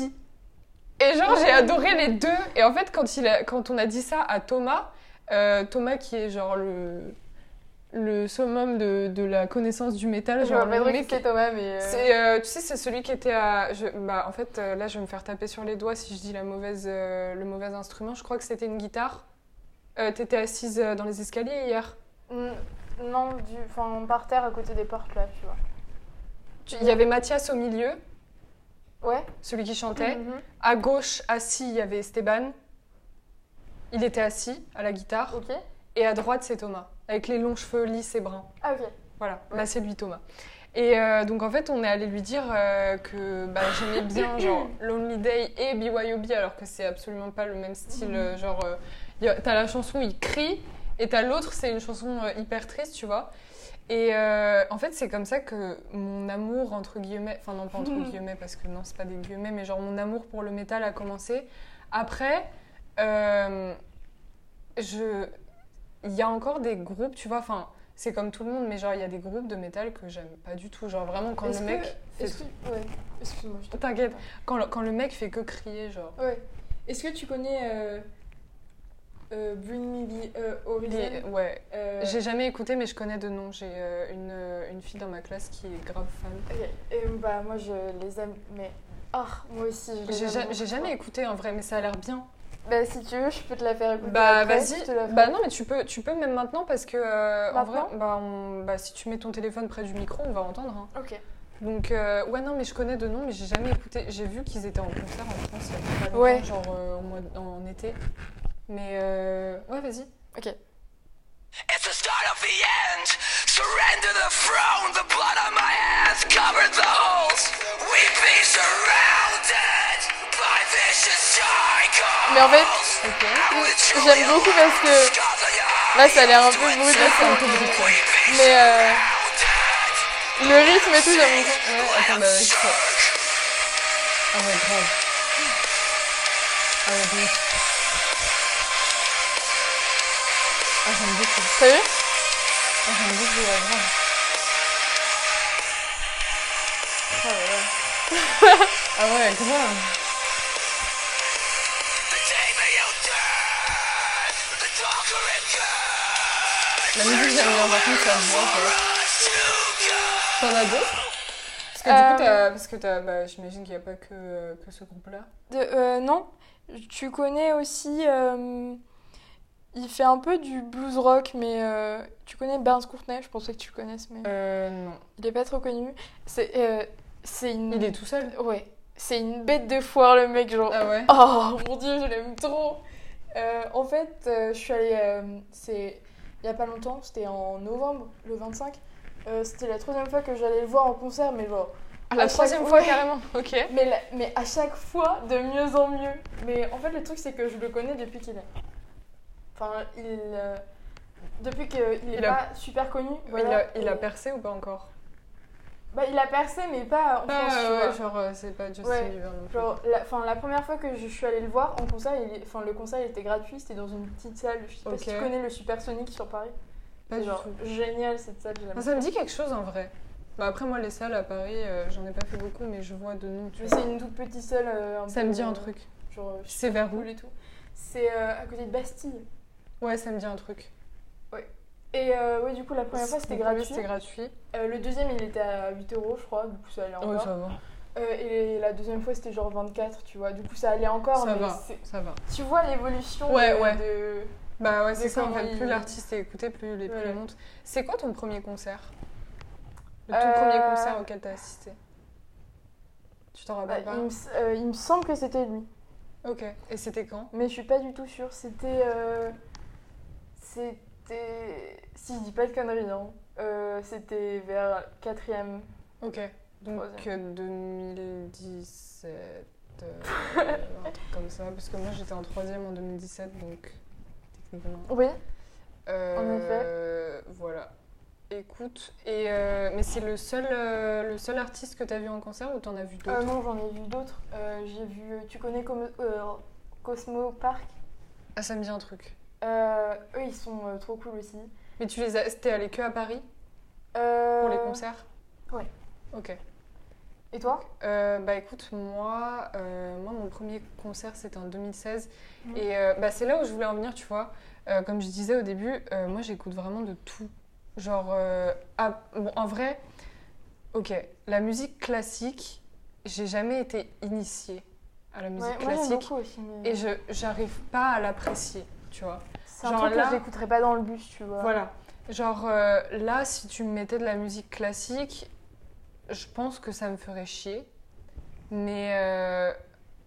Speaker 1: Et genre, j'ai adoré les deux. Et en fait, quand, il a- quand on a dit ça à Thomas, euh, Thomas qui est genre le, le summum de, de la connaissance du métal,
Speaker 2: Je
Speaker 1: genre
Speaker 2: vois pas
Speaker 1: le
Speaker 2: trop qui
Speaker 1: mec
Speaker 2: c'est Thomas, mais. euh,
Speaker 1: c'est, euh, tu sais, c'est celui qui était à. je- bah, en fait, euh, là, je vais me faire taper sur les doigts si je dis la mauvaise, euh, le mauvais instrument. Je crois que c'était une guitare. Euh, T'étais assise euh, dans les escaliers hier.
Speaker 2: hmm, Non, du... enfin, par terre à côté des portes là, tu vois.
Speaker 1: Tu- Il y avait Mathias au milieu,
Speaker 2: Ouais.
Speaker 1: celui qui chantait.
Speaker 2: Mhm.
Speaker 1: À gauche, assis, il y avait Esteban. Il était assis à la guitare.
Speaker 2: Ok.
Speaker 1: Et à droite, c'est Thomas, avec les longs cheveux lisses et bruns.
Speaker 2: Ah, ok.
Speaker 1: Voilà, là c'est lui Thomas. Et euh, donc en fait, on est allé lui dire euh, que bah, j'aimais bien genre Lonely Day et BYOB alors que c'est absolument pas le même style. euh, genre, euh, y a- t'as la chanson où il crie et t'as l'autre, c'est une chanson euh, hyper triste, tu vois. Et euh, en fait, c'est comme ça que mon amour entre guillemets, enfin non pas entre
Speaker 2: Mhm.
Speaker 1: guillemets parce que non, c'est pas des guillemets, mais genre mon amour pour le métal a commencé. Après, euh, je, il y a encore des groupes, tu vois, enfin, c'est comme tout le monde, mais genre, il y a des groupes de métal que j'aime pas du tout. Genre, vraiment, quand le
Speaker 2: Est-ce que-
Speaker 1: mec. fait-
Speaker 2: Est-ce que... Ouais. Excuse-moi, je te-
Speaker 1: T'inquiète, quand, le- quand le mec fait que crier, genre.
Speaker 2: Ouais. Est-ce que tu connais euh, euh, Bring Me The euh, Horizon
Speaker 1: il- ouais,
Speaker 2: Euh,
Speaker 1: j'ai jamais écouté, mais je connais de nom. J'ai euh, une, euh, une fille dans ma classe qui est grave fan.
Speaker 2: ok. Et, bah, moi, je les aime, mais... Ah, moi aussi, je les
Speaker 1: J'ai
Speaker 2: aime.
Speaker 1: ja-
Speaker 2: beaucoup,
Speaker 1: j'ai jamais
Speaker 2: quoi.
Speaker 1: écouté en vrai, mais ça a l'air bien.
Speaker 2: Bah, si tu veux, je peux te la faire écouter.
Speaker 1: Bah
Speaker 2: après,
Speaker 1: vas-y,
Speaker 2: je te la ferai.
Speaker 1: bah non mais tu peux, tu peux même maintenant parce que euh, en vrai,
Speaker 2: Maintenant
Speaker 1: bah, on- bah, si tu mets ton téléphone près du micro, on va entendre. hein.
Speaker 2: Ok.
Speaker 1: Donc euh, ouais non mais je connais de nom mais j'ai jamais écouté. J'ai vu qu'ils étaient en concert en France il y a pas longtemps,
Speaker 2: Ouais.
Speaker 1: genre euh, au mois d- en, en été. Mais euh, ouais vas-y.
Speaker 2: Ok.
Speaker 3: It's the start of the end. Surrender the throne. The blood on my hands covered the holes. We've been surrounded by vicious
Speaker 2: Mais en fait,
Speaker 3: cycles.
Speaker 1: Ok.
Speaker 2: j'aime beaucoup parce que... Là, ça a l'air un peu brut de
Speaker 1: c'est un peu
Speaker 2: son,
Speaker 1: brut,
Speaker 3: We've been
Speaker 2: Mais euh,
Speaker 3: surrounded.
Speaker 2: le rythme et tout, j'aime beaucoup.
Speaker 1: Ouais attends bah vas-y. Ah ouais grave. Ah ouais bon. Ah j'aime beaucoup.
Speaker 2: T'as vu
Speaker 1: Ah j'aime beaucoup ouais, grave.
Speaker 2: Ah, ouais, ouais.
Speaker 1: Oh, *laughs* Ah ouais grave.
Speaker 3: The day that you turn, the darker it gets.
Speaker 1: La musique j'aime bien par contre ça se voit. quoi.
Speaker 3: Rush to God.
Speaker 1: T'en as d'autres Parce que du
Speaker 2: Euh,
Speaker 1: coup, t'as- parce que t'as- bah, j'imagine qu'il n'y a pas que, que ce groupe-là.
Speaker 2: De- euh, non, tu connais aussi. euh, il fait un peu du blues rock, mais euh, tu connais Barnes Courtney, je pensais que tu le connaisses, mais
Speaker 1: Euh, non.
Speaker 2: il est pas trop connu. C'est euh, c'est une.
Speaker 1: Il est tout seul
Speaker 2: Ouais, c'est une bête de foire le mec, genre.
Speaker 1: Ah ouais
Speaker 2: Oh mon dieu, je l'aime trop! Euh, en fait, euh, je suis allée, euh, c'est il y a pas longtemps, c'était en novembre, le 25. Euh, c'était la troisième fois que j'allais le voir en concert, mais genre,
Speaker 1: Ah, la
Speaker 2: À chaque
Speaker 1: troisième fois
Speaker 2: fois.
Speaker 1: carrément. Ok.
Speaker 2: mais, la- mais à chaque fois de mieux en mieux. Mais en fait, le truc c'est que je le connais depuis qu'il est, enfin, il, euh, depuis qu'il est
Speaker 1: Il a-
Speaker 2: pas super connu.
Speaker 1: il,
Speaker 2: voilà.
Speaker 1: a, il a
Speaker 2: Et-
Speaker 1: percé ou pas encore
Speaker 2: Bah, il a percé, mais pas en France. tu vois.
Speaker 1: Ah, ouais, genre euh, c'est pas Justin
Speaker 2: Ouais.
Speaker 1: Bieber non plus.
Speaker 2: Genre, la, enfin, la première fois que je suis allée le voir en concert, il, est- enfin, le concert il était gratuit, c'était dans une petite salle. Je sais pas si
Speaker 1: Ok.
Speaker 2: tu connais le Supersonic sur Paris.
Speaker 1: Pas
Speaker 2: C'est
Speaker 1: du
Speaker 2: genre
Speaker 1: tout.
Speaker 2: génial cette salle. j'aime.
Speaker 1: Ah, ça me dit quelque chose en vrai. Bah après moi les salles à Paris, euh, j'en ai pas fait beaucoup mais je vois de nom. Tu
Speaker 2: Mais
Speaker 1: vois.
Speaker 2: c'est une toute petite salle. euh, un
Speaker 1: Ça
Speaker 2: peu,
Speaker 1: me dit un
Speaker 2: euh,
Speaker 1: truc.
Speaker 2: Genre, euh, je sais
Speaker 1: C'est
Speaker 2: pas
Speaker 1: vers
Speaker 2: où
Speaker 1: où
Speaker 2: et tout. C'est euh, à côté de Bastille.
Speaker 1: Ouais, ça me dit un truc.
Speaker 2: Et euh, ouais, du coup, la première fois c'était
Speaker 1: Le premier,
Speaker 2: gratuit.
Speaker 1: C'était gratuit.
Speaker 2: Euh, le deuxième il était à 8 euros, je crois, du coup ça allait
Speaker 1: Ouais,
Speaker 2: encore.
Speaker 1: ça va.
Speaker 2: Euh, et la deuxième fois c'était genre 24, tu vois, du coup ça allait encore.
Speaker 1: Ça
Speaker 2: mais
Speaker 1: va.
Speaker 2: c'est-
Speaker 1: Ça va.
Speaker 2: Tu vois l'évolution
Speaker 1: Ouais,
Speaker 2: de-
Speaker 1: ouais.
Speaker 2: de.
Speaker 1: Bah ouais,
Speaker 2: Mais
Speaker 1: c'est ça en
Speaker 2: comment
Speaker 1: fait.
Speaker 2: il-
Speaker 1: Plus l'artiste est écouté, plus les prix
Speaker 2: Ouais.
Speaker 1: montent. C'est quoi ton premier concert Le tout
Speaker 2: Euh,
Speaker 1: premier concert auquel t'as assisté Tu t'en rappelles
Speaker 2: Bah, il, me, s- euh, il me semble que c'était lui,
Speaker 1: pas Ok. Et c'était quand
Speaker 2: mais je suis pas du tout sûre. C'était. euh, C'était. Si je dis pas de conneries, non. Euh, c'était vers 4ème.
Speaker 1: Ok. Donc
Speaker 2: Troisième.
Speaker 1: euh, 2017,
Speaker 2: *laughs*
Speaker 1: euh, un truc comme ça, parce que moi j'étais en troisième en 2017, donc techniquement.
Speaker 2: Oui,
Speaker 1: Euh, Voilà. Écoute, et euh, mais c'est le seul, euh, le seul artiste que t'as vu en concert ou t'en as vu
Speaker 2: Euh,
Speaker 1: d'autres
Speaker 2: non, j'en ai vu d'autres. Euh, J'ai vu. Tu connais Como- euh, Cosmo Park
Speaker 1: Ah, ça me dit un truc.
Speaker 2: Euh, Eux, ils sont euh, trop cool aussi.
Speaker 1: Mais tu les as, t'es allé que à Paris
Speaker 2: Euh,
Speaker 1: pour les concerts
Speaker 2: ouais.
Speaker 1: Ok.
Speaker 2: Et toi
Speaker 1: Euh, bah écoute, moi, euh, moi, mon premier concert, c'était en 2016.
Speaker 2: Mhm.
Speaker 1: Et euh, bah, c'est là où je voulais en venir, tu vois. Euh, comme je disais au début, euh, moi, j'écoute vraiment de tout. Genre, euh, ah, bon, en vrai, ok, la musique classique, j'ai jamais été initiée à la musique
Speaker 2: Ouais, Moi, j'aime
Speaker 1: classique.
Speaker 2: beaucoup aussi. mais
Speaker 1: et je j'arrive pas à l'apprécier, tu vois.
Speaker 2: C'est un
Speaker 1: genre
Speaker 2: truc
Speaker 1: là-
Speaker 2: que j'écouterais pas dans le bus, tu vois.
Speaker 1: Voilà. Genre, euh, là, si tu me mettais de la musique classique, je pense que ça me ferait chier. Mais euh,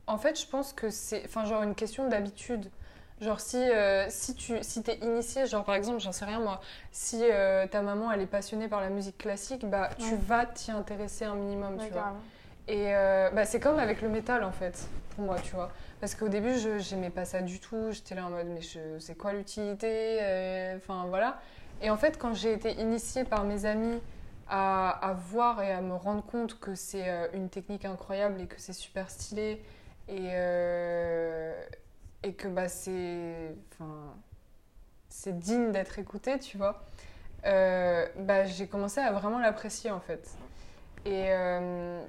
Speaker 1: en fait, je pense que c'est. Enfin, genre, une question d'habitude. Genre, si, euh, si tu si t'es initié, genre, par exemple, j'en sais rien moi, si euh, ta maman, elle est passionnée par la musique classique, bah, tu
Speaker 2: Ouais.
Speaker 1: vas t'y intéresser un minimum,
Speaker 2: Ouais,
Speaker 1: tu vois.
Speaker 2: carrément.
Speaker 1: Et euh, bah, c'est comme avec le métal en fait, pour moi, tu vois. Parce qu'au début, je j'aimais pas ça du tout. J'étais là en mode, mais je- c'est quoi l'utilité Euh, Enfin voilà. Et en fait, quand j'ai été initiée par mes amis à, à voir et à me rendre compte que c'est euh, une technique incroyable et que c'est super stylé et, euh, et que bah, c'est enfin, c'est digne d'être écouté, tu vois, euh, bah, j'ai commencé à vraiment l'apprécier en fait. Et euh,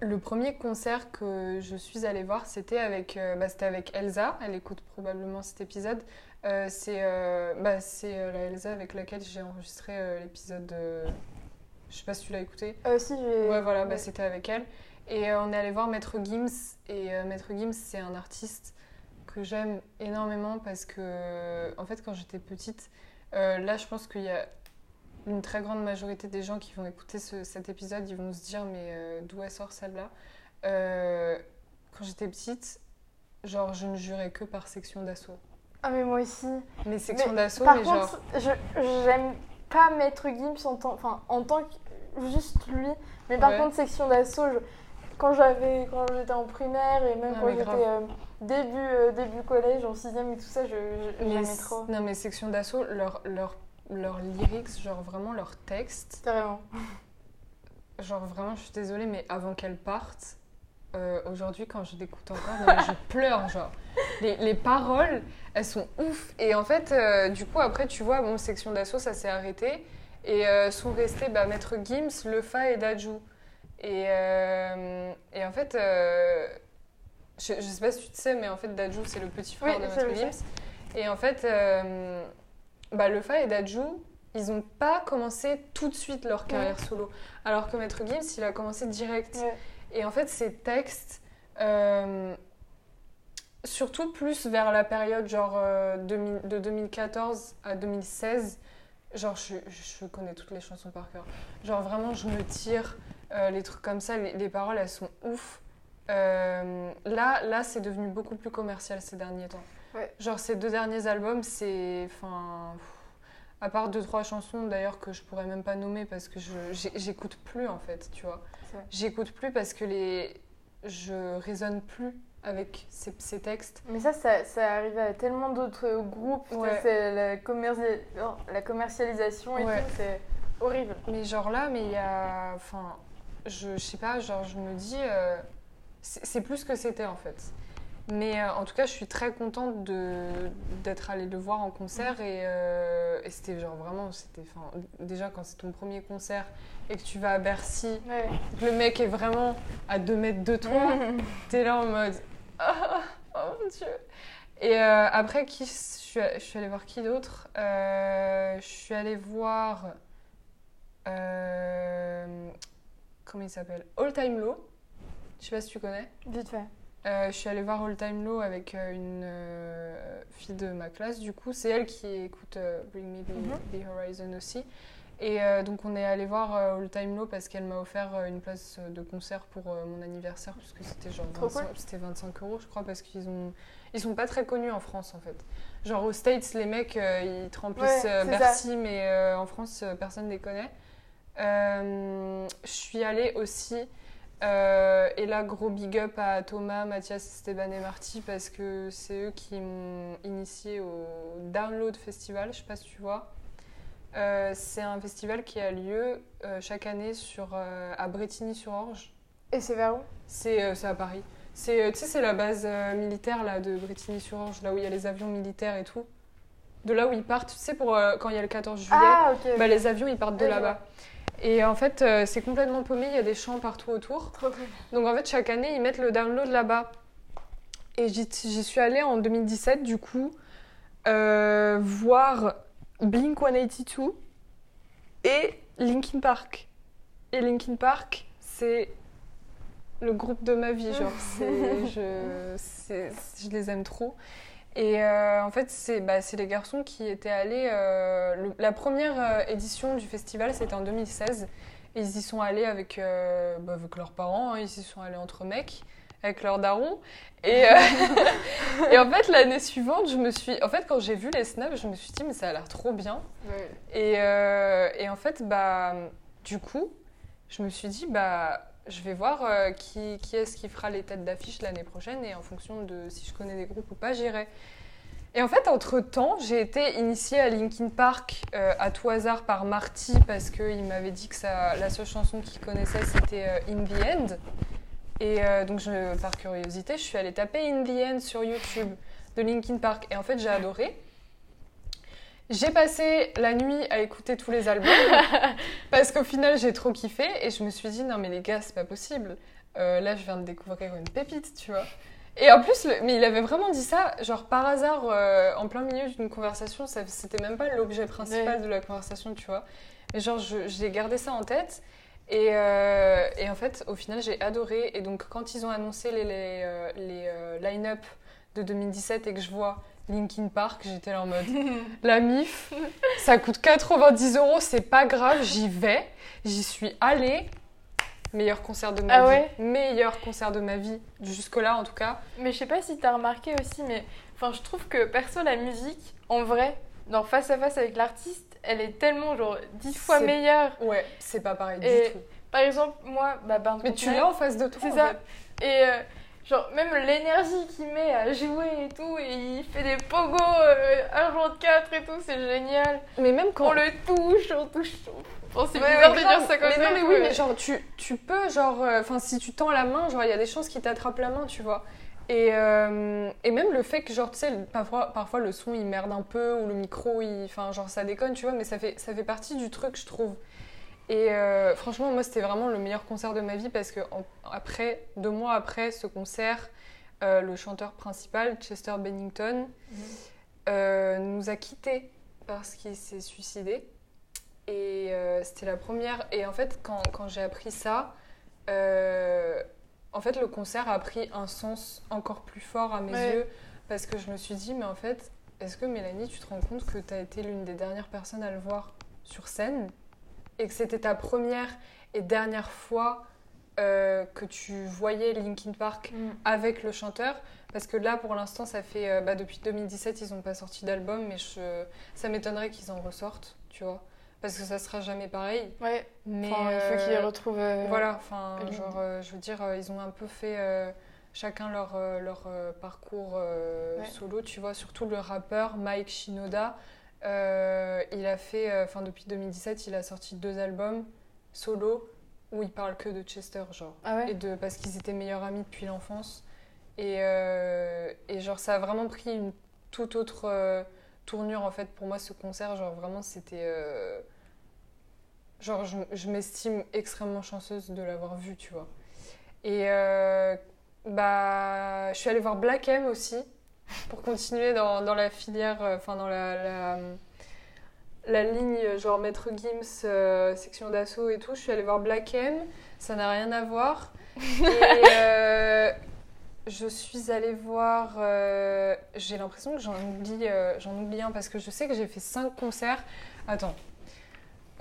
Speaker 1: le premier concert que je suis allée voir, c'était avec, euh, bah, c'était avec Elsa. Elle écoute probablement cet épisode. Euh, c'est euh, bah, c'est euh, la Elsa avec laquelle j'ai enregistré euh, l'épisode. de- Je sais pas si tu l'as écouté.
Speaker 2: Euh, si, j'ai.
Speaker 1: Ouais, voilà, bah,
Speaker 2: ouais.
Speaker 1: c'était avec elle. Et euh, on est allé voir Maître Gims. Et euh, Maître Gims, c'est un artiste que j'aime énormément parce que, euh, en fait, quand j'étais petite, euh, là, je pense qu'il y a une très grande majorité des gens qui vont écouter ce- cet épisode, ils vont se dire, mais euh, d'où elle sort celle-là Euh, Quand j'étais petite, genre, je ne jurais que par section d'assaut.
Speaker 2: Ah, mais moi aussi.
Speaker 1: Mais section
Speaker 2: Mais
Speaker 1: d'assaut,
Speaker 2: Par
Speaker 1: mais genre.
Speaker 2: contre, je j'aime pas Maître Gims en tant, enfin, en tant que juste lui, mais par
Speaker 1: Ouais.
Speaker 2: contre section d'assaut, je- quand j'avais, quand j'étais en primaire et même
Speaker 1: Ah,
Speaker 2: quand
Speaker 1: mais
Speaker 2: j'étais
Speaker 1: grave.
Speaker 2: euh, début euh, début collège, en sixième et tout ça, je je-
Speaker 1: Mais,
Speaker 2: j'aimais trop.
Speaker 1: non, mais section d'assaut, leurs leur, leur lyrics, genre vraiment leur texte.
Speaker 2: Carrément.
Speaker 1: Genre vraiment, je suis désolée, mais avant qu'elle parte, euh, aujourd'hui quand je l'écoute encore, non, mais je pleure, genre. Les, les paroles, elles sont ouf. Et en fait, euh, du coup, après, tu vois, bon, section d'assaut, ça s'est arrêté. Et euh, sont restés bah, Maître Gims, Lefa et Dajou. Et, euh, et en fait, euh, je, je sais pas si tu te sais, mais en fait, Dajou, c'est le petit frère
Speaker 2: Oui,
Speaker 1: de
Speaker 2: je
Speaker 1: Maître
Speaker 2: le sais.
Speaker 1: Gims. Et en fait, euh, bah, Lefa et Dajou, ils n'ont pas commencé tout de suite leur carrière solo. Alors que Maître Gims, il a commencé direct.
Speaker 2: Ouais.
Speaker 1: Et en fait, ces textes, euh, surtout plus vers la période genre euh, 2000 de 2014 à 2016, genre je, je connais toutes les chansons par cœur. Genre vraiment, je me tire, euh, les trucs comme ça, les, les paroles, elles sont ouf. Euh, là, là c'est devenu beaucoup plus commercial ces derniers temps.
Speaker 2: Ouais.
Speaker 1: Genre, ces deux derniers albums, c'est. Enfin. pff, À part deux, trois chansons d'ailleurs que je pourrais même pas nommer parce que je- j'ai- j'écoute plus en fait, tu vois.
Speaker 2: C'est vrai.
Speaker 1: J'écoute plus parce que les. Je résonne plus avec ces, ces textes.
Speaker 2: Mais ça, ça, ça arrive à tellement d'autres groupes. tu
Speaker 1: Ouais.
Speaker 2: sais, C'est la, commerci- non, la commercialisation et
Speaker 1: Ouais.
Speaker 2: tout, c'est horrible.
Speaker 1: Mais genre là, mais il y a. Enfin, je, je sais pas, genre je me dis. euh, c'est c'est plus ce que c'était en fait. Mais euh, en tout cas, je suis très contente de- d'être allée le voir en concert et, euh, et c'était genre vraiment. c'était enfin, Déjà, quand c'est ton premier concert et que tu vas à Bercy, *laughs*
Speaker 2: Ouais.
Speaker 1: que le mec est vraiment à 2 mètres de toi, t'es là en mode. *laughs* Ah, oh mon dieu! Et euh, après, qui, je, suis, je suis allée voir qui d'autre? Euh, je suis allée voir. euh, comment il s'appelle? All Time Low. Je sais pas si tu connais.
Speaker 2: Vite fait.
Speaker 1: Euh, je suis allée voir All Time Low avec euh, une euh, fille de ma classe, du coup. C'est elle qui écoute euh, Bring Me the,
Speaker 2: Mhm.
Speaker 1: the Horizon aussi. Et euh, donc, on est allé voir euh, All Time Low parce qu'elle m'a offert euh, une place euh, de concert pour euh, mon anniversaire, puisque c'était genre
Speaker 2: Trop
Speaker 1: 25, c'était 25 euros, je crois, parce qu'ils ont... ils sont pas très connus en France, en fait. Genre, aux States, les mecs, euh, ils te remplissent
Speaker 2: Ouais,
Speaker 1: euh,
Speaker 2: c'est ça.
Speaker 1: Bercy, mais euh, en France, euh, personne les connaît. Euh, je suis allée aussi euh, et là, gros big up à Thomas, Mathias, Esteban et Marty parce que c'est eux qui m'ont initié au Download Festival. Je sais pas si tu vois. Euh, c'est un festival qui a lieu euh, chaque année sur, euh, à Bretigny-sur-Orge.
Speaker 2: Et c'est vers où
Speaker 1: C'est euh, c'est à Paris. C'est euh, tu sais, c'est la base euh, militaire là, de Bretigny-sur-Orge, là où il y a les avions militaires et tout. De là où ils partent, tu sais, pour, euh, quand il y a le 14 juillet.
Speaker 2: Ah, ok.
Speaker 1: Bah, les avions, ils partent de
Speaker 2: Oui, je
Speaker 1: là-bas. Et en fait, euh, c'est complètement paumé, il y a des champs partout autour.
Speaker 2: Trop cool.
Speaker 1: Donc en fait, chaque année, ils mettent le download là-bas. Et j'y j'y suis allée en 2017, du coup, euh, voir Blink 182 et Linkin Park. Et Linkin Park, c'est le groupe de ma vie, genre, c'est- je, c'est- je les aime trop. Et euh, en fait, c'est bah, c'est les garçons qui étaient allés. euh, le- la première euh, édition du festival, c'était en 2016. Et ils y sont allés avec, euh, bah, avec leurs parents, hein, ils y sont allés entre mecs, avec leurs darons. Et, euh, et en fait, l'année suivante, je me suis. En fait, quand j'ai vu les snaps, je me suis dit, mais ça a l'air trop bien.
Speaker 2: Ouais.
Speaker 1: Et, euh, et en fait, bah, du coup, je me suis dit, bah, je vais voir euh, qui, qui est-ce qui fera les têtes d'affiche l'année prochaine et en fonction de si je connais des groupes ou pas, j'irai. Et en fait, entre-temps, j'ai été initiée à Linkin Park euh, à tout hasard par Marty parce qu'il m'avait dit que ça, la seule chanson qu'il connaissait, c'était euh, In the End. Et euh, donc, je, par curiosité, je suis allée taper In the End sur YouTube de Linkin Park. Et en fait, j'ai adoré. J'ai passé la nuit à écouter tous les albums parce qu'au final j'ai trop kiffé et je me suis dit non mais les gars c'est pas possible. Euh, là je viens de découvrir une pépite tu vois. Et en plus le- mais il avait vraiment dit ça genre par hasard euh, en plein milieu d'une conversation ça- c'était même pas l'objet principal de la conversation tu vois. Mais genre je- j'ai gardé ça en tête et, euh, et en fait au final j'ai adoré et donc quand ils ont annoncé les, les, euh, les, euh, line-up de 2017 et que je vois Linkin Park j'étais là en mode *laughs* la MIF, ça coûte 90 euros, c'est pas grave, j'y vais, j'y suis allée. Meilleur concert de ma
Speaker 2: Ah
Speaker 1: vie.
Speaker 2: ouais
Speaker 1: Meilleur concert de ma vie, jusque-là en tout cas.
Speaker 2: Mais je sais pas si t'as remarqué aussi, mais enfin, je trouve que perso, la musique, en vrai, dans face à face avec l'artiste, elle est tellement genre 10 fois
Speaker 1: C'est-
Speaker 2: meilleure.
Speaker 1: Ouais, c'est pas pareil
Speaker 2: Et-
Speaker 1: du tout.
Speaker 2: Par exemple, moi, bah, ben,
Speaker 1: Mais tu l'as en face de toi.
Speaker 2: C'est
Speaker 1: en
Speaker 2: ça.
Speaker 1: fait.
Speaker 2: Et euh, genre, même l'énergie qu'il met à jouer et tout, et il fait des pogos euh, un jour de 4 et tout, c'est génial.
Speaker 1: Mais même quand.
Speaker 2: On le touche, on touche. Bon, c'est
Speaker 1: Ouais,
Speaker 2: bizarre
Speaker 1: ouais,
Speaker 2: de
Speaker 1: grave.
Speaker 2: dire ça comme
Speaker 1: mais
Speaker 2: ça.
Speaker 1: non, mais oui, mais genre, tu, tu peux, genre, euh, enfin, si tu tends la main, genre, il y a des chances qu'ils t'attrapent la main, tu vois. Et, euh, et même le fait que, genre, tu sais, le- parfois, parfois le son il merde un peu, ou le micro, il- enfin, genre, ça déconne, tu vois, mais ça fait, ça fait partie du truc, je trouve. Et euh, franchement, moi, c'était vraiment le meilleur concert de ma vie parce que, en- après, deux mois après ce concert, euh, le chanteur principal, Chester Bennington, euh, nous a quittés parce qu'il s'est suicidé. Et euh, c'était la première. Et en fait, quand, quand j'ai appris ça, euh, en fait, le concert a pris un sens encore plus fort à mes
Speaker 2: Ouais.
Speaker 1: yeux parce que je me suis dit, mais en fait, est-ce que Mélanie, tu te rends compte que tu as été l'une des dernières personnes à le voir sur scène et que c'était ta première et dernière fois euh, que tu voyais Linkin Park
Speaker 2: Mm.
Speaker 1: avec le chanteur Parce que là, pour l'instant, ça fait. euh, bah, depuis 2017, ils n'ont pas sorti d'album, mais je- ça m'étonnerait qu'ils en ressortent, tu vois. Parce que ça sera jamais pareil.
Speaker 2: Ouais,
Speaker 1: Mais
Speaker 2: enfin, il faut
Speaker 1: euh,
Speaker 2: qu'ils retrouvent. euh,
Speaker 1: Voilà, enfin,
Speaker 2: Linkin.
Speaker 1: genre, euh, je veux dire, euh, ils ont un peu fait euh, chacun leur, euh, leur euh, parcours euh,
Speaker 2: Ouais.
Speaker 1: solo, tu vois, surtout le rappeur Mike Shinoda. euh, il a fait, euh, enfin, depuis 2017, il a sorti deux albums solo où il parle que de Chester, genre.
Speaker 2: Ah ouais
Speaker 1: Et de, parce qu'ils étaient meilleurs amis depuis l'enfance. Et, euh, et genre, ça a vraiment pris une toute autre euh, tournure, en fait, pour moi, ce concert. Genre, vraiment, c'était... euh, genre, je, je m'estime extrêmement chanceuse de l'avoir vu, tu vois. Et euh, bah, je suis allée voir Black M aussi, pour continuer dans, dans la filière, euh, enfin, dans la... la la ligne genre Maître Gims, euh, section d'assaut et tout, je suis allée voir Black M, ça n'a rien à voir. Et, euh, je suis allée voir. euh, j'ai l'impression que j'en oublie, euh, j'en oublie un parce que je sais que j'ai fait 5 concerts. Attends.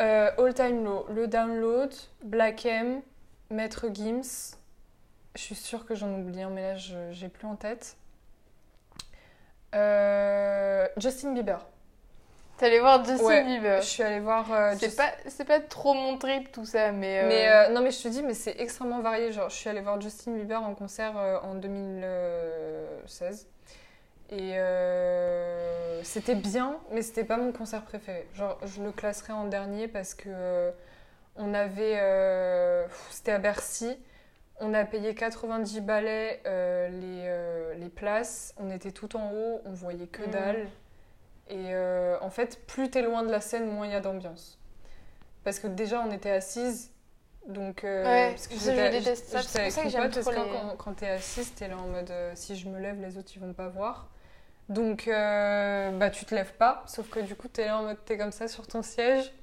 Speaker 1: Euh, All Time Low, Le Download, Black M, Maître Gims. Je suis sûre que j'en oublie un, mais là, je j'ai plus en tête. Euh, Justin Bieber.
Speaker 2: T'es allé voir Justin
Speaker 1: Ouais,
Speaker 2: Bieber.
Speaker 1: Je suis allée voir. euh,
Speaker 2: C'est
Speaker 1: Justin-
Speaker 2: pas, c'est pas trop mon trip tout ça, mais. euh,
Speaker 1: Mais euh, non, mais je te dis, mais c'est extrêmement varié. Genre, je suis allée voir Justin Bieber en concert euh, en 2016. Et euh, c'était bien, mais c'était pas mon concert préféré. Genre, je le classerai en dernier parce que euh, on avait. euh, pff, c'était à Bercy. On a payé 90 balais euh, les, euh, les places. On était tout en haut, on voyait que
Speaker 2: Mhm.
Speaker 1: dalle. Et euh, en fait, plus t'es loin de la scène, moins il y a d'ambiance. Parce que déjà, on était assises. Donc, euh,
Speaker 2: Ouais,
Speaker 1: parce que
Speaker 2: ça, je
Speaker 1: j'étais-
Speaker 2: déteste ça,
Speaker 1: j'étais
Speaker 2: c'est pour
Speaker 1: avec
Speaker 2: ça que
Speaker 1: mon
Speaker 2: j'aime
Speaker 1: pote, parce
Speaker 2: trop
Speaker 1: que
Speaker 2: les-
Speaker 1: quand, quand t'es assise, t'es là en mode euh, si je me lève, les autres ils vont pas voir. Donc, euh, bah, tu te lèves pas, sauf que du coup, t'es là en mode t'es comme ça sur ton siège.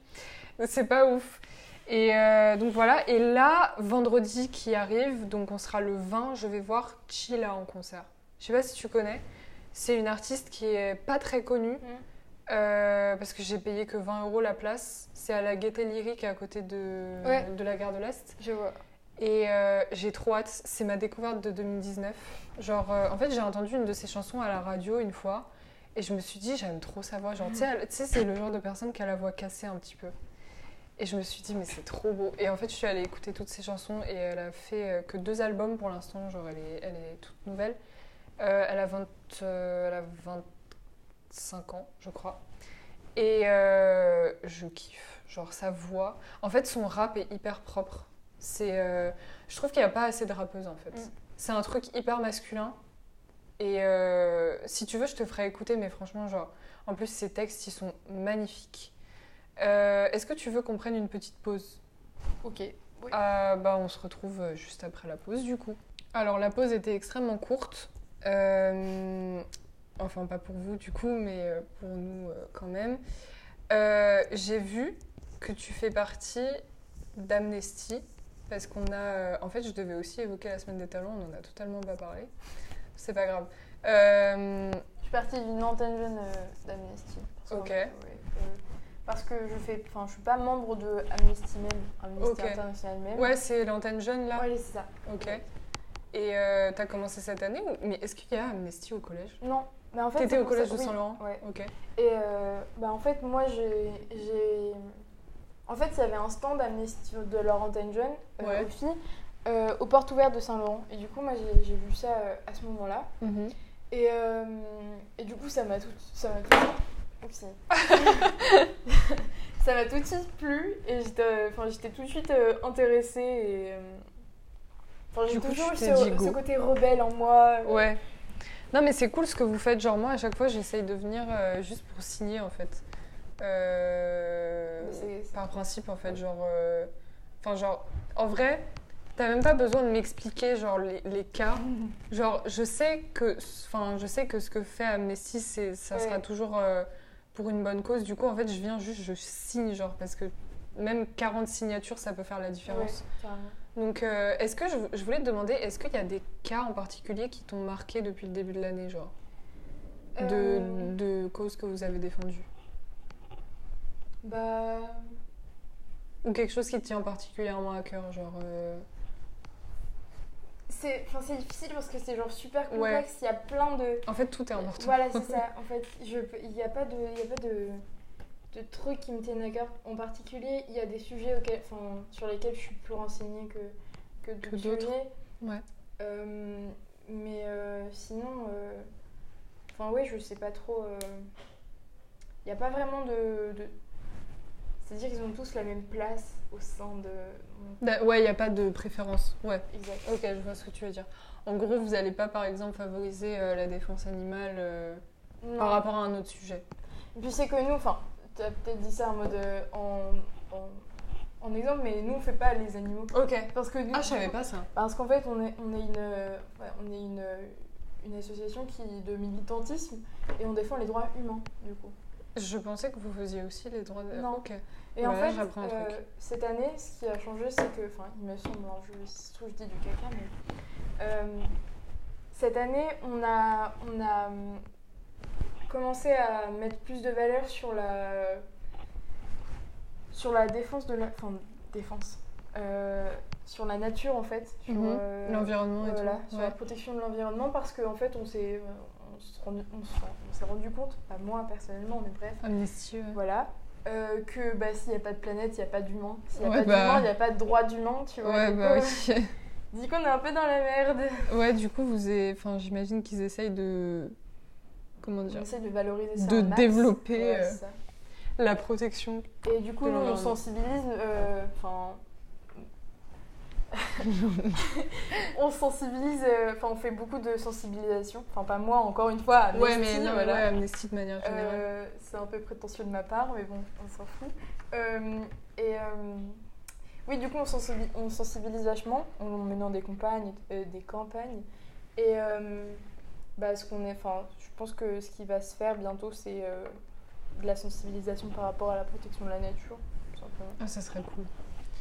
Speaker 1: C'est pas ouf. Et euh, donc voilà, et là, vendredi qui arrive, donc on sera le 20, je vais voir Chila en concert. Je sais pas si tu connais, c'est une artiste qui est pas très connue, euh, parce que j'ai payé que 20 euros la place. C'est à la Gaieté Lyrique à côté de,
Speaker 2: Ouais.
Speaker 1: de la gare de l'Est.
Speaker 2: Je vois.
Speaker 1: Et euh, j'ai trop hâte, c'est ma découverte de 2019. Genre, euh, en fait, j'ai entendu une de ses chansons à la radio une fois, et je me suis dit, j'aime trop sa voix. Genre, tu sais, elle- tu sais, c'est le genre de personne qui a la voix cassée un petit peu. Et je me suis dit, mais c'est trop beau. Et en fait, je suis allée écouter toutes ses chansons, et elle a fait euh, que deux albums pour l'instant, genre, elle est, elle est toute nouvelle. Euh, elle, a 20, euh, elle a 25 ans, je crois. Et euh, je kiffe. Genre, sa voix. En fait, son rap est hyper propre. C'est, euh, je trouve qu'il n'y a pas assez de rappeuses, en fait.
Speaker 2: Mm.
Speaker 1: C'est un truc hyper masculin. Et euh, si tu veux, je te ferai écouter, mais franchement, genre, en plus, ses textes, ils sont magnifiques. Euh, Est-ce que tu veux qu'on prenne une petite pause
Speaker 2: Ok.
Speaker 1: ah, bah, on se retrouve euh, juste après la pause du coup. Alors la pause était extrêmement courte. Euh, enfin pas pour vous du coup, mais euh, pour nous euh, quand même. Euh, J'ai vu que tu fais partie d'Amnesty parce qu'on a... euh, en fait je devais aussi évoquer la semaine des talents, on en a totalement pas parlé. C'est pas grave. Euh,
Speaker 2: Je suis partie d'une antenne jeune euh, d'Amnesty. Parce qu'en
Speaker 1: Ok.
Speaker 2: fait, ouais, euh, parce que je fais, enfin, je suis pas membre de Amnesty même, Amnesty
Speaker 1: Ok.
Speaker 2: International même.
Speaker 1: ouais c'est l'antenne jeune là.
Speaker 2: Ouais, c'est ça.
Speaker 1: Ok. Et euh, t'as commencé cette année ou- Mais est-ce qu'il y a Amnesty au collège
Speaker 2: Non, mais en fait.
Speaker 1: T'étais
Speaker 2: c'est
Speaker 1: au
Speaker 2: pour ça-
Speaker 1: collège de
Speaker 2: oui,
Speaker 1: Saint-Laurent
Speaker 2: ouais.
Speaker 1: Ok.
Speaker 2: Et euh, bah en fait, moi, j'ai. j'ai- En fait, il y avait un stand Amnesty de leur antenne jeune euh,
Speaker 1: Ouais.
Speaker 2: aux filles, euh, aux portes ouvertes de Saint-Laurent. Et du coup, moi, j'ai j'ai vu ça euh, à ce moment-là.
Speaker 1: Mhm.
Speaker 2: Et, euh, et du coup, ça m'a tout, ça m'a tout, Oups.
Speaker 1: *laughs*
Speaker 2: ça m'a tout de suite plu et j'étais, euh, enfin, j'étais tout de suite euh, intéressée et, euh, enfin, j'ai
Speaker 1: Du coup,
Speaker 2: toujours
Speaker 1: tu
Speaker 2: eu
Speaker 1: t'es
Speaker 2: ce,
Speaker 1: dit go.
Speaker 2: ce côté rebelle en moi. euh,
Speaker 1: Ouais. Euh, Non, mais c'est cool ce que vous faites. Genre, moi, à chaque fois, j'essaye de venir euh, juste pour signer, en fait. Euh,
Speaker 2: Mais c'est- c'est-
Speaker 1: Par principe, en fait. Genre. euh, Enfin, genre. En vrai, t'as même pas besoin de m'expliquer, genre, les, les
Speaker 2: *laughs*
Speaker 1: cas. Genre, je sais que. Enfin, je sais que ce que fait Amnesty, c'est, ça sera
Speaker 2: Ouais.
Speaker 1: toujours euh, pour une bonne cause. Du coup, en fait, je viens juste, je signe, genre, parce que même 40 signatures, ça peut faire la
Speaker 2: Ouais,
Speaker 1: différence.
Speaker 2: carrément.
Speaker 1: Donc, euh, est-ce que je, je voulais te demander, est-ce qu'il y a des cas en particulier qui t'ont marqué depuis le début de l'année, genre de,
Speaker 2: Euh,
Speaker 1: de causes que vous avez défendues
Speaker 2: Bah.
Speaker 1: Ou quelque chose qui te tient particulièrement à cœur, genre. euh,
Speaker 2: c'est enfin, c'est difficile parce que c'est genre super
Speaker 1: Ouais.
Speaker 2: complexe. Il y a plein de.
Speaker 1: En fait, tout est important.
Speaker 2: Voilà, c'est ça. En fait, je peux- il n'y a pas de, il y a pas de, de trucs qui me tiennent à cœur. En particulier, il y a des sujets auxquels, enfin, sur lesquels je suis plus renseignée que, que
Speaker 1: Que
Speaker 2: d'autres.
Speaker 1: d'autres.
Speaker 2: sujets.
Speaker 1: Ouais.
Speaker 2: Euh, mais euh, sinon, euh, enfin, ouais, je sais pas trop. euh, Il n'y a pas vraiment de. de- C'est-à-dire qu'ils ont tous la même place au sein de. mon-
Speaker 1: Bah, ouais, il n'y a pas de préférence. Ouais.
Speaker 2: Exact.
Speaker 1: Ok, je vois ce que tu veux dire. En gros, vous n'allez pas, par exemple, favoriser euh, la défense animale euh, par
Speaker 2: Non.
Speaker 1: rapport à un autre sujet.
Speaker 2: Et Puis c'est que nous, enfin, t'as peut-être dit ça en mode euh, en, en, en exemple, mais nous on fait pas les animaux.
Speaker 1: Ok.
Speaker 2: Parce que nous,
Speaker 1: Ah, je savais pas ça.
Speaker 2: Parce qu'en fait, on est, on est une, euh, ouais, on est une, euh, une association qui de militantisme et on défend les droits humains du coup.
Speaker 1: Je pensais que vous faisiez aussi les droits. de-
Speaker 2: Non.
Speaker 1: Ok.
Speaker 2: Et
Speaker 1: Ouais,
Speaker 2: en fait,
Speaker 1: j'apprends un
Speaker 2: euh,
Speaker 1: truc.
Speaker 2: cette année, ce qui a changé, c'est que, enfin, il me semble, hein, je, si ça se trouve, je dis du caca, mais euh, cette année, on a, on a hum, commencé à mettre plus de valeur sur la, sur la défense de la, enfin, défense, euh, sur la nature en fait, sur
Speaker 1: Mhm.
Speaker 2: euh,
Speaker 1: L'environnement et
Speaker 2: voilà,
Speaker 1: tout.
Speaker 2: sur
Speaker 1: Ouais.
Speaker 2: la protection de l'environnement, parce qu'en fait, on s'est, euh, on s'est rendu, on s'est- on s'est rendu compte, pas moi personnellement, mais bref.
Speaker 1: Amnesty, ouais.
Speaker 2: Voilà. Euh, que bah, s'il n'y a pas de planète, il n'y a pas d'humain. S'il n'y a
Speaker 1: Ouais,
Speaker 2: pas
Speaker 1: bah.
Speaker 2: d'humain, il n'y a pas de droit d'humain, tu vois.
Speaker 1: Ouais,
Speaker 2: Du
Speaker 1: bah
Speaker 2: coup,
Speaker 1: oui.
Speaker 2: Dis qu'on est un peu dans la merde.
Speaker 1: Ouais, du coup, vous avez... enfin, j'imagine qu'ils essayent de. Comment
Speaker 2: On
Speaker 1: dire
Speaker 2: essaie de valoriser ça.
Speaker 1: De
Speaker 2: un max.
Speaker 1: développer,
Speaker 2: Ouais,
Speaker 1: euh,
Speaker 2: c'est ça.
Speaker 1: La protection.
Speaker 2: Et du coup,
Speaker 1: de
Speaker 2: nous, on
Speaker 1: l'environnement.
Speaker 2: sensibilise. euh,
Speaker 1: *laughs*
Speaker 2: Enfin. *laughs* on sensibilise. euh, Enfin, on fait beaucoup de sensibilisation. Enfin, pas moi, encore une fois. à
Speaker 1: Ouais, mais
Speaker 2: Amnesty,
Speaker 1: non,
Speaker 2: voilà.
Speaker 1: ouais, Amnesty de manière générale.
Speaker 2: Euh, c'est un peu prétentieux de ma part, mais bon, on s'en fout. Euh, et euh, oui, du coup, on sensibilise, on sensibilise vachement en menant des campagnes, euh, des campagnes. Et euh, bah, ce qu'on est, enfin, je pense que ce qui va se faire bientôt, c'est euh, de la sensibilisation par rapport à la protection de la nature, tout simplement.
Speaker 1: Ah, ça serait cool.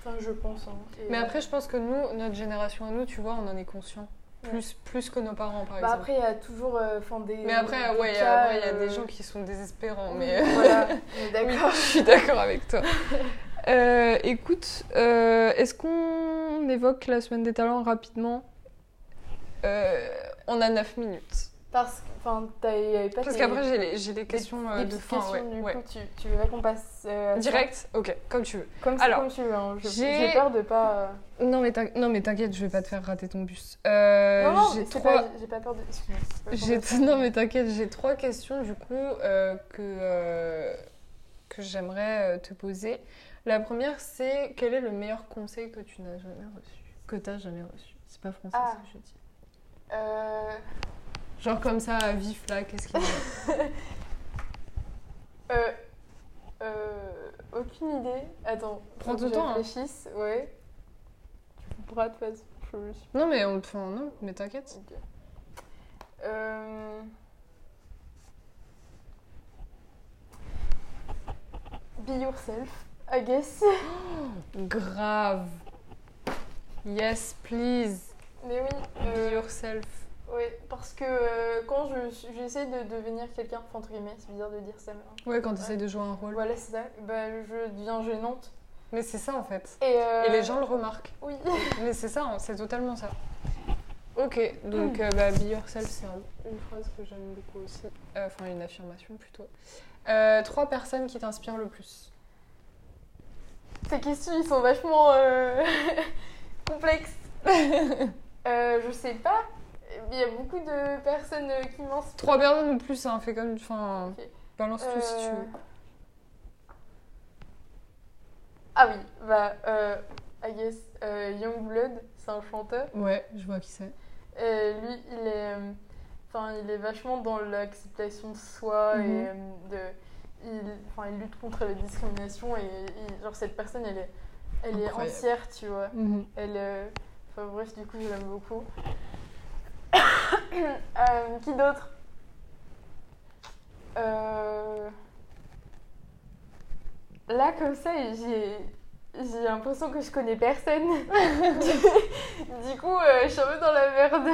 Speaker 2: Enfin, je pense. hein. Et,
Speaker 1: Mais
Speaker 2: euh,
Speaker 1: après, je pense que nous, notre génération à nous, tu vois, on en est conscient.
Speaker 2: Ouais.
Speaker 1: Plus, plus que nos parents, par
Speaker 2: bah,
Speaker 1: exemple.
Speaker 2: après, il y a toujours, euh, enfin, des.
Speaker 1: Mais après,
Speaker 2: des
Speaker 1: ouais, il y
Speaker 2: cas,
Speaker 1: a, ouais, il y a
Speaker 2: euh,
Speaker 1: des gens qui sont désespérants,
Speaker 2: oui,
Speaker 1: mais
Speaker 2: Voilà, on est
Speaker 1: *laughs*
Speaker 2: d'accord.
Speaker 1: je suis d'accord avec
Speaker 2: *laughs*
Speaker 1: toi. Euh, écoute, euh, est-ce qu'on évoque la semaine des talents rapidement Euh, On a 9 minutes.
Speaker 2: Parce que, enfin, t'as- il y avait pas
Speaker 1: Parce
Speaker 2: tes-
Speaker 1: qu'après, j'ai les, j'ai les questions euh,
Speaker 2: Des
Speaker 1: de
Speaker 2: petites
Speaker 1: fin.
Speaker 2: questions,
Speaker 1: ouais,
Speaker 2: du
Speaker 1: ouais.
Speaker 2: coup, tu, tu veux pas qu'on passe euh, à ça
Speaker 1: Direct Ok, comme tu veux.
Speaker 2: comme,
Speaker 1: Alors,
Speaker 2: comme tu veux, hein, je-
Speaker 1: j'ai-
Speaker 2: j'ai peur de pas... euh,
Speaker 1: Non, mais t'inqui- non, mais t'inquiète, je vais pas te faire rater ton bus. Euh,
Speaker 2: non, non,
Speaker 1: j'ai
Speaker 2: c'est
Speaker 1: trois-
Speaker 2: pas- j'ai pas peur de... Excuse-moi. c'est pas
Speaker 1: J'ai-
Speaker 2: peur de-
Speaker 1: Non mais t'inquiète, j'ai trois questions du coup euh, que, euh, que j'aimerais euh, te poser. La première c'est quel est le meilleur conseil que tu n'as jamais reçu Que t'as jamais reçu. C'est pas français
Speaker 2: Ah.
Speaker 1: ce que je dis.
Speaker 2: Euh,
Speaker 1: Genre comme ça, à vif là, qu'est-ce qu'il y
Speaker 2: *laughs*
Speaker 1: a
Speaker 2: euh, euh, aucune idée. Attends.
Speaker 1: Prends
Speaker 2: faut
Speaker 1: ton
Speaker 2: que
Speaker 1: temps, hein.
Speaker 2: Je réfléchisse, ouais. Tu comprendras de toute façon, je le suis.
Speaker 1: Non mais on... enfin, non, mais t'inquiète.
Speaker 2: Ok. Euh... Be yourself, I guess.
Speaker 1: Grave. Yes, please.
Speaker 2: Mais oui.
Speaker 1: Be
Speaker 2: euh,
Speaker 1: yourself.
Speaker 2: Oui, parce que euh, quand je suis- j'essaie de devenir quelqu'un, enfin, entre guillemets, c'est bizarre de dire ça, mais. hein.
Speaker 1: Ouais, quand t'essayes de jouer un rôle.
Speaker 2: Voilà, c'est ça. Bah, je deviens gênante.
Speaker 1: Mais c'est ça en fait.
Speaker 2: Et, euh,
Speaker 1: Et les gens le remarquent.
Speaker 2: Oui. *laughs*
Speaker 1: Mais c'est ça, hein, c'est totalement ça. Ok, donc euh, bah, Be Yourself, c'est un- une phrase que j'aime beaucoup aussi. Euh, Enfin, une affirmation plutôt. Euh, trois personnes qui t'inspirent le plus. *laughs*
Speaker 2: Ces questions, ils sont vachement euh, *laughs* complexes. Euh, je sais pas. Il y a beaucoup de personnes euh, qui m'inspirent.
Speaker 1: Trois personnes ou plus, hein, fais comme. Enfin,
Speaker 2: Ok.
Speaker 1: balance tout si tu
Speaker 2: Euh,
Speaker 1: veux.
Speaker 2: Ah oui, bah, euh, I guess, euh, Youngblood, c'est un chanteur.
Speaker 1: Ouais, je vois qui c'est.
Speaker 2: Et lui, il est, euh, enfin, il est vachement dans l'acceptation de soi
Speaker 1: Mhm.
Speaker 2: et euh, de, il, enfin, il lutte contre la discrimination et, il- genre cette personne, elle est, elle est
Speaker 1: Incroyable.
Speaker 2: entière, tu vois.
Speaker 1: Mhm.
Speaker 2: Elle, euh, enfin bref, du coup, je l'aime beaucoup. *coughs* Euh, qui d'autre Euh, Là, comme ça, j'ai j'ai l'impression que je connais personne. *laughs* du coup, euh, je suis un peu dans la merde.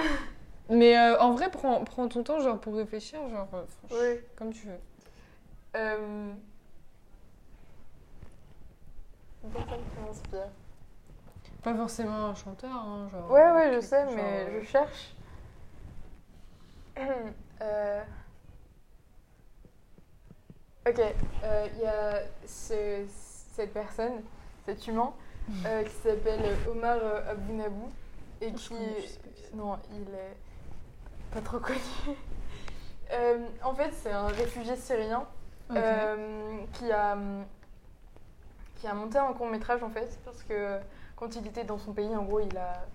Speaker 1: Mais euh, en vrai, prends, prends ton temps genre, pour réfléchir, genre, euh, franchement,
Speaker 2: Oui.
Speaker 1: comme tu veux.
Speaker 2: Euh... Une personne qui m'inspire.
Speaker 1: Pas forcément un chanteur, hein, genre.
Speaker 2: Ouais, ouais, je sais,
Speaker 1: Genre,
Speaker 2: mais
Speaker 1: euh,
Speaker 2: je cherche. *coughs* Euh, Ok, euh, il y a ce- cette personne, cet humain, *laughs* euh, qui s'appelle Omar euh, Abounabou et
Speaker 1: Je
Speaker 2: qui.
Speaker 1: connais, je sais pas qui c'est.
Speaker 2: Non, il est pas trop connu. *laughs* Euh, en fait, c'est un réfugié syrien
Speaker 1: ok.
Speaker 2: euh, qui a qui a monté un court métrage en fait parce que quand il était dans son pays en gros il a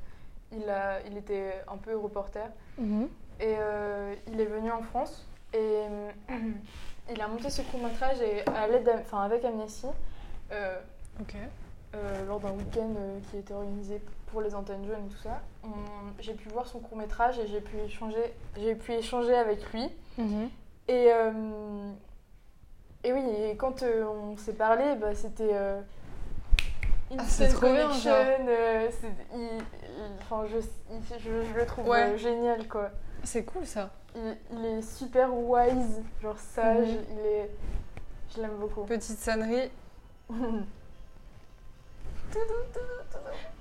Speaker 2: il a il était un peu reporter
Speaker 1: Mhm.
Speaker 2: et euh, il est venu en France et euh, il a monté ce court métrage et à l'aide d'Am- enfin avec Amnesty euh,
Speaker 1: Ok.
Speaker 2: euh, lors d'un week-end euh, qui était organisé pour les antennes jeunes et tout ça on- j'ai pu voir son court métrage et j'ai pu échanger j'ai pu échanger avec lui Mhm. et, euh, et oui, et quand euh, on s'est parlé, bah, c'était euh, une
Speaker 1: Ah, c'est trop bien,
Speaker 2: connection.
Speaker 1: genre.
Speaker 2: euh, c'est- il- il- enfin, je, il- je- je le trouve
Speaker 1: Ouais.
Speaker 2: euh, génial, quoi.
Speaker 1: C'est cool ça.
Speaker 2: Il, il est super wise, genre sage,
Speaker 1: Mhm.
Speaker 2: il est... Je l'aime beaucoup.
Speaker 1: Petite sonnerie.
Speaker 2: ouais,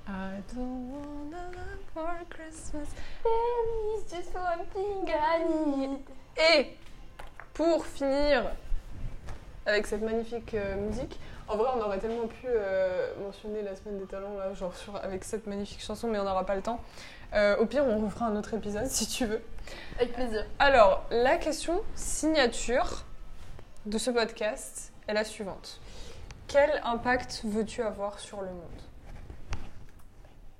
Speaker 1: I don't wanna love for Christmas. Et pour finir avec cette magnifique euh, musique, en vrai, on aurait tellement pu euh, mentionner la semaine des talents là, genre sur- avec cette magnifique chanson, mais on n'aura pas le temps. Euh, au pire, on refera un autre épisode si tu veux.
Speaker 2: avec plaisir.
Speaker 1: Alors, la question signature de ce podcast est la suivante. Quel impact veux-tu avoir sur le monde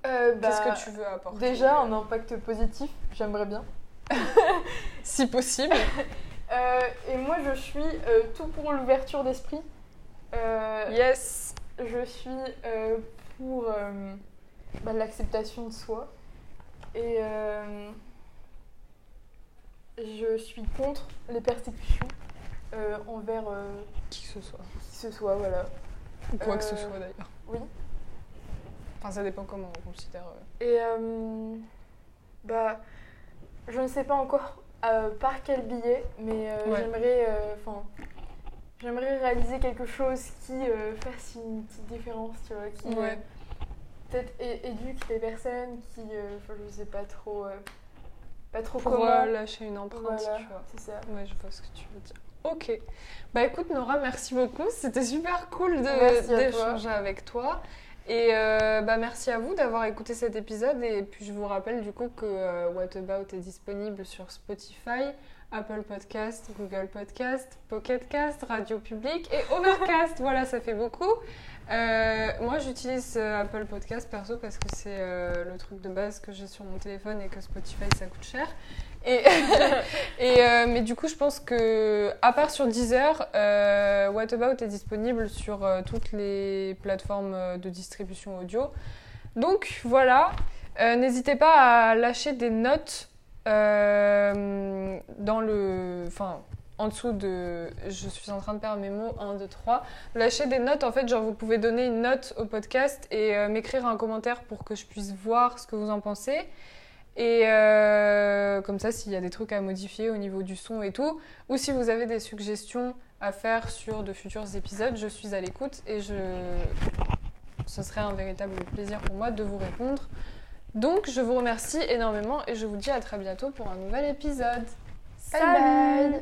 Speaker 2: Euh, bah,
Speaker 1: Qu'est-ce que tu veux apporter
Speaker 2: Déjà, un impact positif, j'aimerais bien.
Speaker 1: si possible.
Speaker 2: Euh, et moi, je suis euh, tout pour l'ouverture d'esprit. Euh,
Speaker 1: *laughs* yes.
Speaker 2: Je suis euh, pour euh, bah, l'acceptation de soi. Et euh, je suis contre les persécutions euh, envers euh,
Speaker 1: Qui que ce soit.
Speaker 2: qui ce soit, voilà.
Speaker 1: Ou quoi que ce
Speaker 2: Euh,
Speaker 1: soit d'ailleurs.
Speaker 2: oui.
Speaker 1: Enfin, ça dépend comment on considère. euh.
Speaker 2: Et euh, bah, je ne sais pas encore euh, par quel billet, mais euh,
Speaker 1: Ouais.
Speaker 2: j'aimerais, euh, 'fin, j'aimerais réaliser quelque chose qui euh, fasse une petite différence, tu vois, qui euh,
Speaker 1: Ouais.
Speaker 2: peut-être é- éduque les personnes, qui, euh, 'fin, je sais pas trop, euh, pas trop
Speaker 1: Pour
Speaker 2: comment.
Speaker 1: euh, lâcher une empreinte,
Speaker 2: Voilà,
Speaker 1: tu vois.
Speaker 2: c'est ça.
Speaker 1: Ouais, je vois ce que tu veux dire. Ok. Bah écoute, Nora, merci beaucoup. C'était super cool
Speaker 2: Merci
Speaker 1: de-
Speaker 2: à
Speaker 1: d'échanger avec toi. Et euh, bah merci à vous d'avoir écouté cet épisode. Et puis je vous rappelle du coup que euh, What About est disponible sur Spotify, Apple Podcast, Google Podcast, Pocket Cast, Radio Public et Overcast. voilà, ça fait beaucoup. Euh, moi, j'utilise euh, Apple Podcast perso parce que c'est euh, le truc de base que j'ai sur mon téléphone et que Spotify ça coûte cher. Et, et, euh, mais du coup, je pense que à part sur Deezer, euh, What About est disponible sur euh, toutes les plateformes euh, de distribution audio. Donc voilà, Euh, n'hésitez pas à lâcher des notes euh, dans le, enfin, en dessous de, je suis en train de perdre mes mots, 1, 2, 3 lâcher des notes. En fait, genre, vous pouvez donner une note au podcast et euh, m'écrire un commentaire pour que je puisse voir ce que vous en pensez. Et euh, comme ça, s'il y a des trucs à modifier au niveau du son et tout, ou si vous avez des suggestions à faire sur de futurs épisodes, je suis à l'écoute et je... ce serait un véritable plaisir pour moi de vous répondre. Donc, je vous remercie énormément et je vous dis à très bientôt pour un nouvel épisode.
Speaker 2: Bye bye.